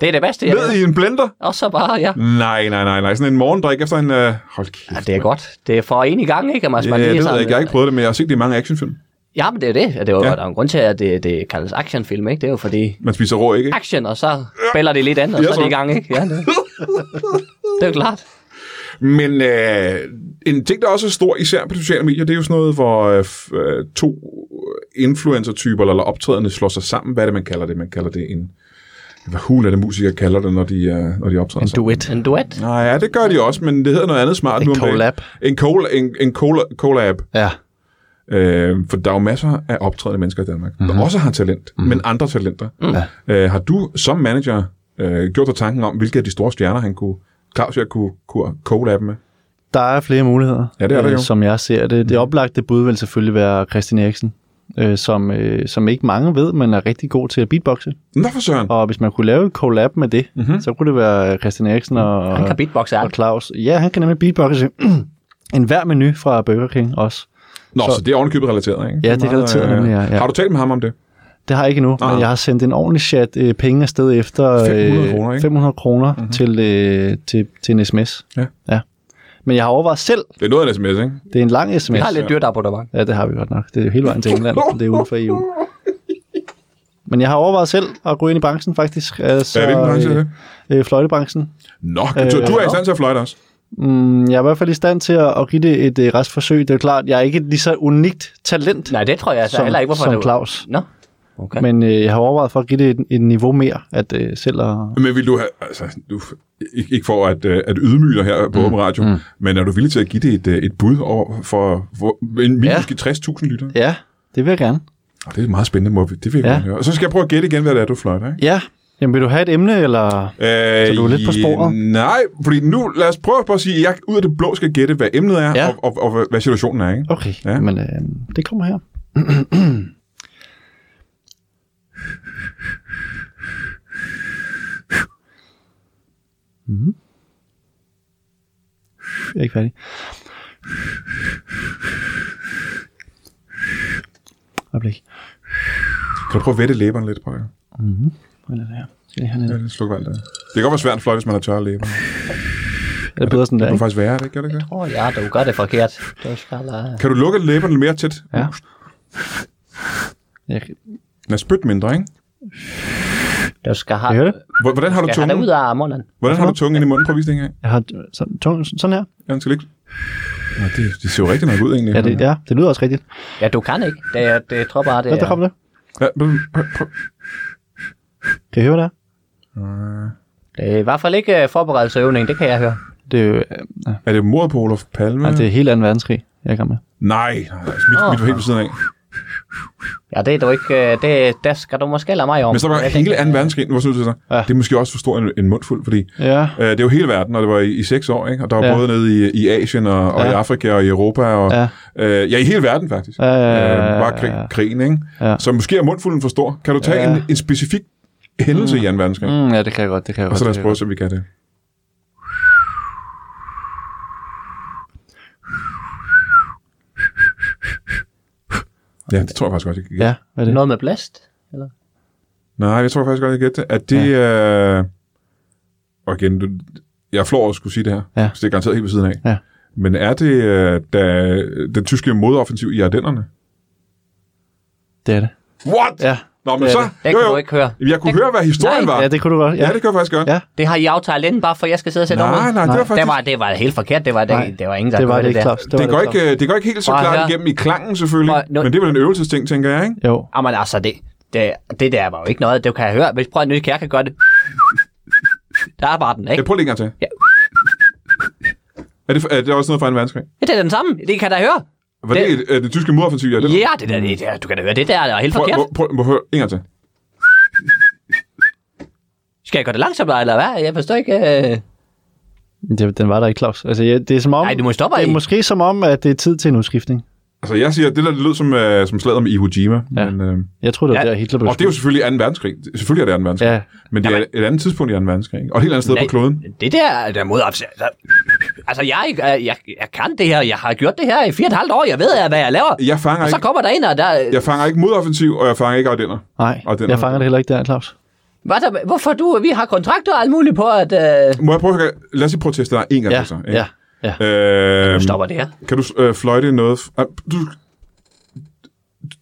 Speaker 3: Det er det bedste, jeg ved.
Speaker 1: ned i en blender?
Speaker 3: Og så bare, ja.
Speaker 1: Nej, nej, nej, nej. Sådan en morgendrik efter en... Øh, hold kæft.
Speaker 3: ja. det er godt. Det er for en i gang, ikke? At man
Speaker 1: Ja,
Speaker 3: man lige
Speaker 1: det ved jeg
Speaker 3: sådan-
Speaker 1: ikke. Jeg har ikke prøvet det, men jeg har set det i mange actionfilm.
Speaker 3: Ja, men det er jo det. Det er jo,
Speaker 1: Ja.
Speaker 3: ja. Der er jo en grund til, at det, det kaldes actionfilm, ikke? Det er jo fordi
Speaker 1: Man spiser rå, ikke?
Speaker 3: action, og så spiller det lidt andet, og
Speaker 1: Ja,
Speaker 3: så er
Speaker 1: så.
Speaker 3: det i gang, ikke? Ja, det, det er jo klart.
Speaker 1: Men øh, en ting, der også er stor, især på de sociale medier, det er jo sådan noget, hvor øh, f- øh, to influencer-typer eller, eller optrædende slår sig sammen. Hvad er det, man kalder det? Man kalder det en... Hvad hul er det, musikere kalder det, når de, øh, når de optræder
Speaker 2: En
Speaker 1: sammen?
Speaker 2: duet.
Speaker 3: En duet.
Speaker 1: Nej, ja, det gør de også, men det hedder noget andet smart
Speaker 2: En
Speaker 1: nu om dagen.
Speaker 2: collab.
Speaker 1: En, col- en, en col- collab.
Speaker 2: Ja.
Speaker 1: Øh, for der er jo masser af optrædende mennesker i Danmark,
Speaker 2: Mhm.
Speaker 1: mm-hmm. der også har talent, mm-hmm. men andre talenter. Mm. Øh, har du som manager øh, gjort dig tanken om, hvilke af de store stjerner, han kunne, Claus, jeg kunne, kunne collabe med?
Speaker 2: Der er flere muligheder, øh,
Speaker 1: Ja, det er der jo. Mhm.
Speaker 2: som jeg ser det. Det oplagte bud vil selvfølgelig være Christian Eriksen, øh, som, øh, som ikke mange ved, men er rigtig god til at beatboxe.
Speaker 1: Nå for søren!
Speaker 2: Og hvis man kunne lave et collab med det,
Speaker 1: Mhm.
Speaker 2: mm-hmm. så kunne det være Christian Eriksen og,
Speaker 3: Han kan beatboxe
Speaker 2: og
Speaker 3: alt.
Speaker 2: Claus. Ja, han kan nemlig beatboxe [clears throat] en hver menu fra Burger King også.
Speaker 1: Nå, så, så det er ovenikøbet relateret, ikke?
Speaker 2: Ja, det er
Speaker 1: meget,
Speaker 2: relateret
Speaker 1: øh,
Speaker 2: nemlig, ja, ja.
Speaker 1: Har du talt med ham om det?
Speaker 2: Det har jeg ikke endnu,
Speaker 1: Nej.
Speaker 2: men jeg har sendt en ordentlig chat øh, penge afsted efter
Speaker 1: 500 kroner, ikke? Mhm.
Speaker 2: 500 kroner mm-hmm. til, øh, til, til en sms.
Speaker 1: Ja.
Speaker 2: ja. Men jeg har overvejet selv,
Speaker 1: Det er noget af en sms, ikke?
Speaker 2: det er en lang sms.
Speaker 3: Vi har lidt dyrt abonnement.
Speaker 2: Ja, det har vi godt nok. Det er jo hele vejen til England, det er uden for EU. Men jeg har overvejet selv at gå ind i branchen, faktisk. Altså,
Speaker 1: Ja, hvilken branche er det?
Speaker 2: Øh, øh, fløjtebranchen.
Speaker 1: Nå, så
Speaker 2: Øh,
Speaker 1: du er i stand til at fløjte også.
Speaker 2: Mm, jeg er i hvert fald i stand til at, at give det et øh, restforsøg. Det er jo klart, jeg er ikke et lige så unikt talent,
Speaker 3: Nej, det tror jeg altså
Speaker 2: Som-
Speaker 3: heller ikke, hvorfor
Speaker 2: som
Speaker 3: det var-
Speaker 2: Claus.
Speaker 3: Nå, okay. Men,
Speaker 2: men øh, jeg har overvejet for at give det et, et niveau mere, at øh, selv at...
Speaker 1: Men vil du have, altså, du, ikke, ikke for at, øh, at ydmyge dig her på mm. radio, mm. men er du villig til at give det et, øh, et bud over for, for en minus ja. 60.000 lytter? Ja.
Speaker 2: Ja, det vil jeg gerne.
Speaker 1: Oh, det er meget spændende, må vi. Det vil jeg
Speaker 2: Ja.
Speaker 1: ja. høre. Og så skal jeg prøve at gætte igen, hvad det er, du fløjter, ikke?
Speaker 2: Ja, jamen vil du have et emne, eller...
Speaker 1: Øh,
Speaker 2: Så du er lidt på sporet?
Speaker 1: Nej, fordi nu, lad os prøve at sige, at jeg ud af det blå skal gætte, hvad emnet er,
Speaker 2: Ja.
Speaker 1: ja. og, og, og, hvad- hvad situationen er, ikke?
Speaker 2: Okay,
Speaker 1: Ja.
Speaker 2: ja. men øh, det kommer her. Mhm. Jeg er ikke færdig. Øjeblik.
Speaker 1: Kan du prøve at vette læberne lidt, prøve?
Speaker 2: Hvordan er det her? Skal jeg lige have
Speaker 1: Ja,
Speaker 2: lidt-
Speaker 1: det sluk valg der. Det kan godt være svært at fløjte, hvis man har tørre læber.
Speaker 2: Er det bedre sådan der,
Speaker 1: Det må
Speaker 2: ikke?
Speaker 1: faktisk være, er det ikke? Gør det ikke det?
Speaker 3: åh oh, ja, du gør det forkert. Du skal lade...
Speaker 1: Kan du lukke læberne mere tæt?
Speaker 2: Ja. Jeg,
Speaker 1: Den er spyt mindre, ikke?
Speaker 3: Du skal have...
Speaker 2: kan I høre det?
Speaker 1: Hvor- Hvordan har du
Speaker 3: Skal have
Speaker 1: tungen?
Speaker 3: det ud af armerne.
Speaker 1: Hvordan har du tungen ind i munden? Prøv at vise det engang.
Speaker 2: jeg har sådan, tung, sådan her.
Speaker 1: Ja, den skal ligge. Nå, det, det ser jo rigtig nok ud, egentlig.
Speaker 2: Ja, det, ja, det lyder også rigtigt.
Speaker 3: Ja, du kan ikke. Det, er, det tror bare, det
Speaker 2: Ja, der
Speaker 3: er...
Speaker 2: kom det.
Speaker 1: Ja, prøv, prøv, prøv.
Speaker 2: Kan I høre det? her?
Speaker 3: Det er i hvert fald ikke øh, forberedelsesøvning, det kan jeg høre.
Speaker 2: Det er jo ja,
Speaker 1: Er det mordet på Olof Palme?
Speaker 2: ja. det er helt anden verdenskrig, jeg er i gang med.
Speaker 1: Nej, nej, altså, mit, mit var helt ved siden af.
Speaker 3: Ja, det er du ikke... øh, Det, der skal du måske lade mig om.
Speaker 1: Men så var
Speaker 3: Jeg
Speaker 1: hele
Speaker 3: tænker,
Speaker 1: 2. verdenskrig, nu var jeg nødt til at sige,
Speaker 2: Ja.
Speaker 1: det er måske også for stor en, en mundfuld, fordi
Speaker 2: Ja.
Speaker 1: øh, det er jo hele verden, og det var i, i seks år, ikke? og der var
Speaker 2: Ja.
Speaker 1: både nede i, i Asien og, og
Speaker 2: Ja.
Speaker 1: i Afrika og i Europa, og
Speaker 2: Ja.
Speaker 1: ja, øh, ja i hele verden faktisk,
Speaker 2: Ja, ja, ja, ja,
Speaker 1: øh, var
Speaker 2: ja,
Speaker 1: krig,
Speaker 2: ja.
Speaker 1: krigen. Ikke?
Speaker 2: Ja.
Speaker 1: Så måske er mundfulden for stor. Kan du tage
Speaker 2: Ja.
Speaker 1: en, en specifik hændelse i 2. verdenskrig?
Speaker 2: Mm, ja, det kan jeg godt, det kan jeg
Speaker 1: Og
Speaker 2: godt.
Speaker 1: så lad
Speaker 2: det
Speaker 1: os
Speaker 2: kan
Speaker 1: prøve at se, om vi kan det. Ja, det tror jeg faktisk godt, jeg kan
Speaker 2: jeg godt.
Speaker 1: gætte.
Speaker 2: Ja, hvad er det?
Speaker 3: Noget med blæst? Eller?
Speaker 1: Nej, jeg tror faktisk godt, jeg kan gætte det. At det... Øh... Og igen, du... jeg er flov over at skulle sige det her,
Speaker 2: Ja.
Speaker 1: så det er garanteret helt ved siden af.
Speaker 2: Ja.
Speaker 1: Men er det øh, da, den tyske modoffensiv i Ardennerne?
Speaker 2: Det er det.
Speaker 1: What?
Speaker 2: Ja.
Speaker 1: Nå, men
Speaker 2: det er
Speaker 1: så...
Speaker 2: det.
Speaker 3: Øh, Det
Speaker 1: Jo,
Speaker 3: kan
Speaker 1: jo.
Speaker 3: du ikke høre.
Speaker 1: Jeg kunne høre, hvad historien
Speaker 3: Nej,
Speaker 1: var.
Speaker 2: Ja, det kunne du godt.
Speaker 1: Ja, det kan jeg faktisk godt.
Speaker 2: Ja.
Speaker 3: Det har I aftalt inden, bare for jeg skal sidde og sætte
Speaker 1: Nej,
Speaker 3: over.
Speaker 1: nej, det var faktisk-
Speaker 3: Det var, det var helt forkert. Det var,
Speaker 2: Nej.
Speaker 3: det, det var ingen, der
Speaker 2: det var
Speaker 3: gjorde
Speaker 2: det ikke,
Speaker 3: der.
Speaker 2: Claus. var
Speaker 1: Det går,
Speaker 2: Claus.
Speaker 1: ikke, øh, det går ikke helt så
Speaker 3: Prøv at
Speaker 1: klart
Speaker 3: høre.
Speaker 1: igennem i klangen, selvfølgelig.
Speaker 3: Prøv at- nu-
Speaker 1: Men det er vel en øvelsesting, tænker jeg, ikke?
Speaker 2: Jo.
Speaker 3: Jamen altså, det, det, det der var jo ikke noget. Det kan jeg høre. Hvis prøv at nyde kære kan gøre det. Der er bare den,
Speaker 1: Jeg
Speaker 3: ikke?
Speaker 1: prøver lige en gang til.
Speaker 3: Ja.
Speaker 1: Er det, er det også noget fra en verdenskrig?
Speaker 3: Ja, det er den samme. Det kan jeg da høre.
Speaker 1: Var det, det, det tyske modoffensiv? Ja, det
Speaker 3: Ja, det der, det der. Du kan da høre, det der er helt
Speaker 1: prøv,
Speaker 3: forkert.
Speaker 1: prøv, prøv, prøv, prøv, en gang til.
Speaker 3: Skal jeg gøre det langsommere, eller hvad? Jeg forstår ikke. Øh...
Speaker 2: Det, den var der ikke, Claus. Altså, ja, det er som om...
Speaker 3: Ej, du må stoppe,
Speaker 2: Det er
Speaker 3: I.
Speaker 2: måske som om, at det er tid til en udskiftning.
Speaker 1: Altså, jeg siger, det der det lød som, øh, som slaget om Iwo Jima.
Speaker 2: Ja.
Speaker 1: Ja. Men, øh,
Speaker 2: Jeg tror, det var
Speaker 3: Ja.
Speaker 2: der, Hitler blev
Speaker 1: og det er jo selvfølgelig 2. verdenskrig. Selvfølgelig er det 2. verdenskrig.
Speaker 2: Ja.
Speaker 1: Ja. Men det er et andet tidspunkt i 2. verdenskrig. ikke? Og et helt andet sted på
Speaker 3: Nej,
Speaker 1: kloden.
Speaker 3: Det der, der mod altså, altså jeg, er ikke- jeg, jeg, jeg kan det her, jeg har gjort det her i fire og et halvt år, jeg ved, hvad jeg laver.
Speaker 1: Jeg fanger
Speaker 3: og så
Speaker 1: ikke,
Speaker 3: kommer der en, og der...
Speaker 1: jeg fanger ikke modoffensiv, og jeg fanger ikke ardenner.
Speaker 2: Nej,
Speaker 1: Og den-
Speaker 2: jeg fanger det heller ikke der, Claus.
Speaker 3: Hvad der hvorfor du... Vi har kontrakter og alt muligt på, at... Øh...
Speaker 1: Må jeg prøve at... Lad os lige prøve at teste dig en gang
Speaker 2: Ja,
Speaker 1: til så.
Speaker 2: ja, ja.
Speaker 1: Øh,
Speaker 3: Stopper det her.
Speaker 1: kan du øh, fløjte noget... f- ah, Du,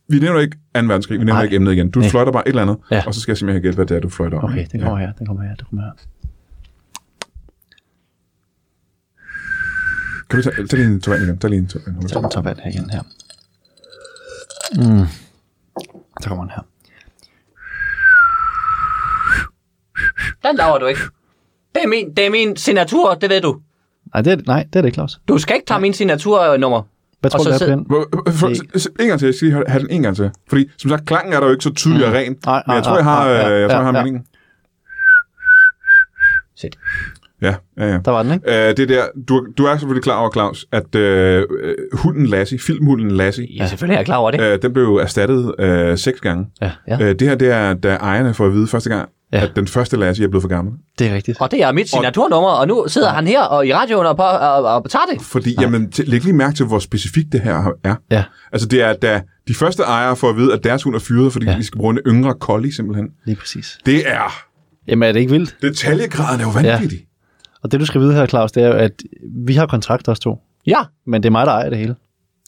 Speaker 1: vi nævner ikke 2. verdenskrig, vi nævner
Speaker 2: Nej.
Speaker 1: ikke emnet igen. Du
Speaker 2: Nej.
Speaker 1: fløjter bare et eller andet,
Speaker 2: Ja.
Speaker 1: ja. og så skal jeg simpelthen have gætte, hvad det er, du fløjter om.
Speaker 2: Okay, den kommer her, den kommer her, den kommer her.
Speaker 1: Kan du tage, tag lige en tår vand igen? Tag lige en tår vand.
Speaker 2: Så den tager vand her igen her. Mm. Så kommer den her.
Speaker 3: Den laver du ikke. Det er min, det er min signatur, det ved du.
Speaker 2: Nej, det er, nej, det er det ikke, Claus.
Speaker 3: Du skal ikke tage min signaturnummer.
Speaker 2: Hvad tror
Speaker 3: så
Speaker 2: du, det er
Speaker 3: sæd-
Speaker 2: på den?
Speaker 1: Hvor- for- s- s- En gang til, jeg skal lige have den en gang til. Fordi, som sagt, klangen er der jo ikke så tydelig og ren.
Speaker 2: Mm. Nej,
Speaker 1: Men jeg
Speaker 2: nej,
Speaker 1: tror, jeg har,
Speaker 2: nej, ja,
Speaker 1: øh, jeg tror, jeg har
Speaker 2: ja, ja.
Speaker 1: meningen.
Speaker 3: Sæt.
Speaker 1: Ja, ja, ja.
Speaker 2: Der var den, ikke?
Speaker 1: Øh, det der, du, du er selvfølgelig klar over, Claus, at øh, øh, hunden Lassie, filmhunden Lassie,
Speaker 3: Ja, selvfølgelig er jeg klar over det.
Speaker 1: øh, den blev erstattet øh, seks gange.
Speaker 2: Ja.
Speaker 3: Ja.
Speaker 1: Øh, det her, det er, da ejerne får at vide første gang,
Speaker 2: Ja.
Speaker 1: ja. at den første Lassie er blevet for gammel.
Speaker 2: Det er rigtigt.
Speaker 3: Og det er mit signaturnummer, og nu sidder han her og i radioen og, på, og, og tager det.
Speaker 1: Fordi, jamen, t- læg lige mærke til, hvor specifikt det her er.
Speaker 2: Ja,
Speaker 1: Altså, det er, da de første ejere får at vide, at deres hund er fyret, fordi
Speaker 2: Ja.
Speaker 1: ja. de skal bruge en yngre collie, simpelthen.
Speaker 2: lige præcis.
Speaker 1: Det er...
Speaker 2: Jamen, er det ikke vildt?
Speaker 1: Detaljegraden er jo vanvittig. Ja.
Speaker 2: Og det, du skal vide her, Claus, det er jo, at vi har kontrakt os to.
Speaker 3: Ja,
Speaker 2: Men det er mig, der ejer det hele.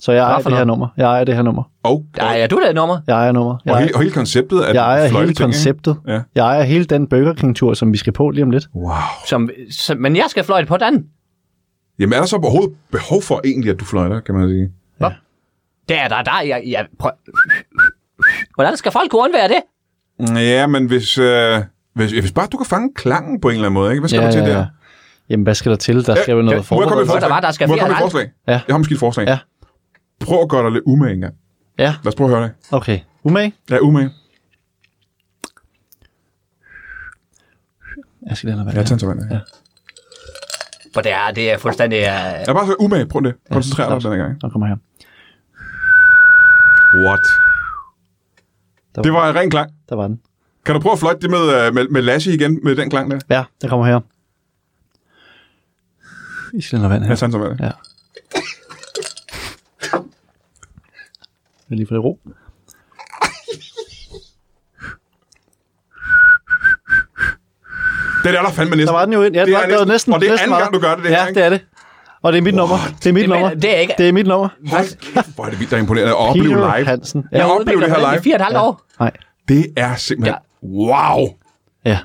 Speaker 2: Så jeg ejer
Speaker 3: for
Speaker 2: det her nummer. Jeg ejer det her nummer.
Speaker 1: Og,
Speaker 3: der er du det nummer.
Speaker 2: Jeg ejer nummer. Jeg
Speaker 1: og,
Speaker 2: ejer,
Speaker 1: hele, og hele konceptet er
Speaker 2: jeg ejer hele
Speaker 1: fløjteting, ikke?
Speaker 2: konceptet.
Speaker 1: Ja.
Speaker 2: Jeg ejer hele den Burger King-tur, som vi skal på lige om lidt.
Speaker 1: Wow.
Speaker 3: Som, som, men jeg skal fløjte på den.
Speaker 1: Jamen, er der så overhovedet behov for egentlig, at du fløjter, kan man sige?
Speaker 3: Der, der, der, jeg, jeg prøv. Hvordan skal folk kunne undvære det?
Speaker 1: Ja, men hvis, øh, hvis, hvis bare du kan fange klangen på en eller anden måde, ikke? hvad skal ja, du til ja, der?
Speaker 2: Jamen, hvad skal der til? Der skal jo noget
Speaker 1: Må jeg komme med et
Speaker 2: forberedelse.
Speaker 1: forslag?
Speaker 3: Der var- der skal
Speaker 1: Må jeg
Speaker 3: fire
Speaker 1: komme med et
Speaker 3: og
Speaker 1: forslag?
Speaker 2: Ja.
Speaker 1: Jeg har måske et forslag.
Speaker 2: Ja.
Speaker 1: Prøv at gøre dig lidt umage engang.
Speaker 2: Ja,
Speaker 1: Lad os prøve at høre det.
Speaker 2: okay. Umage?
Speaker 1: Ja, umage.
Speaker 2: Jeg skal lige have noget
Speaker 1: Ja,
Speaker 2: vand.
Speaker 1: tænd så vand. Ja.
Speaker 2: Ja.
Speaker 3: For det er, det er fuldstændig... Uh,
Speaker 1: ja, bare så umage. Prøv det. Koncentrer dig
Speaker 2: klart.
Speaker 1: den her gang.
Speaker 2: Den kommer her.
Speaker 1: What?
Speaker 2: Der
Speaker 1: Det var en ren klang.
Speaker 2: Der var den.
Speaker 1: Kan du prøve at fløjte det med, øh, med, med Lassie igen, med den klang der?
Speaker 2: Ja, den kommer her. I skal lige have noget vand her.
Speaker 1: Ja, tænd så vand.
Speaker 2: Ja. Jeg vil lige få det i ro.
Speaker 1: Det er der fandme næsten.
Speaker 2: Der var den jo ind. Ja, det,
Speaker 1: Det er
Speaker 2: var, det var
Speaker 1: næsten-
Speaker 2: næsten
Speaker 1: og det er
Speaker 2: næsten
Speaker 1: anden gang,
Speaker 2: meget.
Speaker 1: du gør det, det
Speaker 2: ja,
Speaker 1: her, ikke?
Speaker 2: det er det. Og det er mit nummer. Det er mit
Speaker 3: Det er-
Speaker 2: nummer.
Speaker 3: det er ikke-
Speaker 2: Det er mit nummer.
Speaker 1: Hold kæft, hvor er det vildt, der er imponerende at opleve
Speaker 2: Peter
Speaker 1: live.
Speaker 2: Hansen. Ja.
Speaker 1: Jeg
Speaker 3: har
Speaker 1: oplevede det her
Speaker 3: udviklet den
Speaker 1: live.
Speaker 3: I fire og et halvt år.
Speaker 2: Nej.
Speaker 1: Det er simpelthen... Wow!
Speaker 2: Ja.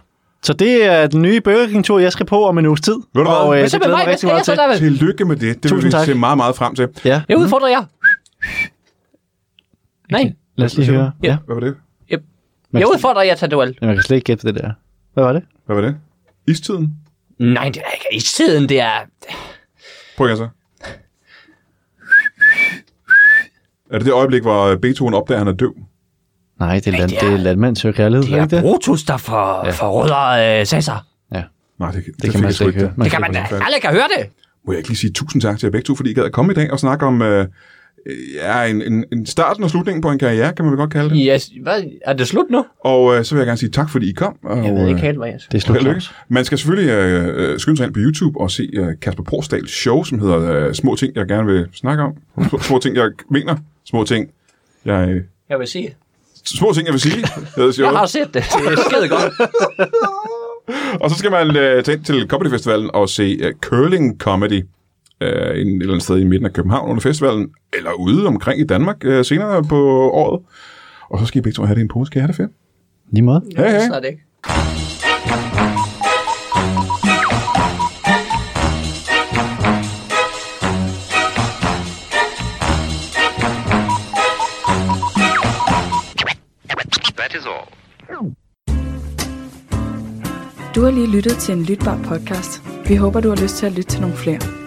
Speaker 2: Så det er den nye Burger King-tur, jeg skal på om en uges tid.
Speaker 1: Ved du hvad?
Speaker 2: og, øh,
Speaker 1: Men
Speaker 2: det
Speaker 3: så med
Speaker 2: glæder
Speaker 3: mig,
Speaker 2: jeg
Speaker 3: hvad
Speaker 2: rigtig
Speaker 3: skal
Speaker 2: meget
Speaker 3: jeg så
Speaker 2: til.
Speaker 3: der vel?
Speaker 1: Tillykke med det. Det vil vi
Speaker 2: Tusind tak.
Speaker 1: se meget, meget frem til.
Speaker 2: Ja,
Speaker 3: Jeg udfordrer jer. Nej,
Speaker 2: lad os lige høre. Ja.
Speaker 1: Hvad var det?
Speaker 3: jeg udfordrer jer til duel.
Speaker 2: Men man kan slet ikke gætte det der. Hvad var det?
Speaker 1: Hvad var det? Istiden?
Speaker 3: Nej, det er ikke i tiden, det er...
Speaker 1: Prøv igen så. Er det det øjeblik, hvor øh, Beethoven opdager, at han er døv?
Speaker 2: Nej, det er, land,
Speaker 3: det er-
Speaker 2: det er landmand søger kærlighed.
Speaker 3: Det
Speaker 2: er
Speaker 3: er
Speaker 2: ikke det?
Speaker 3: Brutus, der for, ja. forråder øh, Cæsar.
Speaker 2: Ja,
Speaker 1: Nej, det, det, det
Speaker 2: det kan
Speaker 1: fik
Speaker 2: man
Speaker 1: jeg
Speaker 2: slet
Speaker 1: sgu
Speaker 2: ikke
Speaker 1: ikke.
Speaker 2: høre.
Speaker 1: Det.
Speaker 3: Det kan man, alle kan høre det.
Speaker 1: Må jeg ikke lige sige tusind tak til jer begge to, fordi I gad at komme i dag og snakke om øh, øh, ja, en, en, en starten og slutningen på en karriere, kan man vel godt kalde det.
Speaker 3: Yes, øh, hvad, er det slut nu?
Speaker 1: Og øh, så vil jeg gerne sige tak, fordi I kom. Og,
Speaker 3: Jeg ved ikke
Speaker 1: øh,
Speaker 3: helt, hvad jeg
Speaker 2: det er
Speaker 1: Held
Speaker 2: slut.
Speaker 1: og lykke. Man skal selvfølgelig øh, øh, skynde sig ind på YouTube og se øh, Kasper Porsdals show, som hedder øh, Små ting, jeg gerne vil snakke om. Små, små ting, jeg mener. Små ting, jeg... Øh,
Speaker 3: Jeg vil sige.
Speaker 1: små ting, jeg vil sige. hedder
Speaker 3: [laughs]
Speaker 1: showet.
Speaker 3: Jeg har set det. Det er skide godt.
Speaker 1: Og så skal man øh, tage ind til Comedy Festivalen og se øh, Curling Comedy øh, en, et eller andet sted i midten af København under festivalen, eller ude omkring i Danmark øh, senere på året. Og så skal I begge to have det i en pose. Skal I have det fedt?
Speaker 2: Lige måde.
Speaker 1: Hej, hej.
Speaker 3: Snart ikke.
Speaker 5: That is all.
Speaker 6: Du har lige lyttet til en lytbar podcast. Vi håber, du har lyst til at lytte til nogle flere.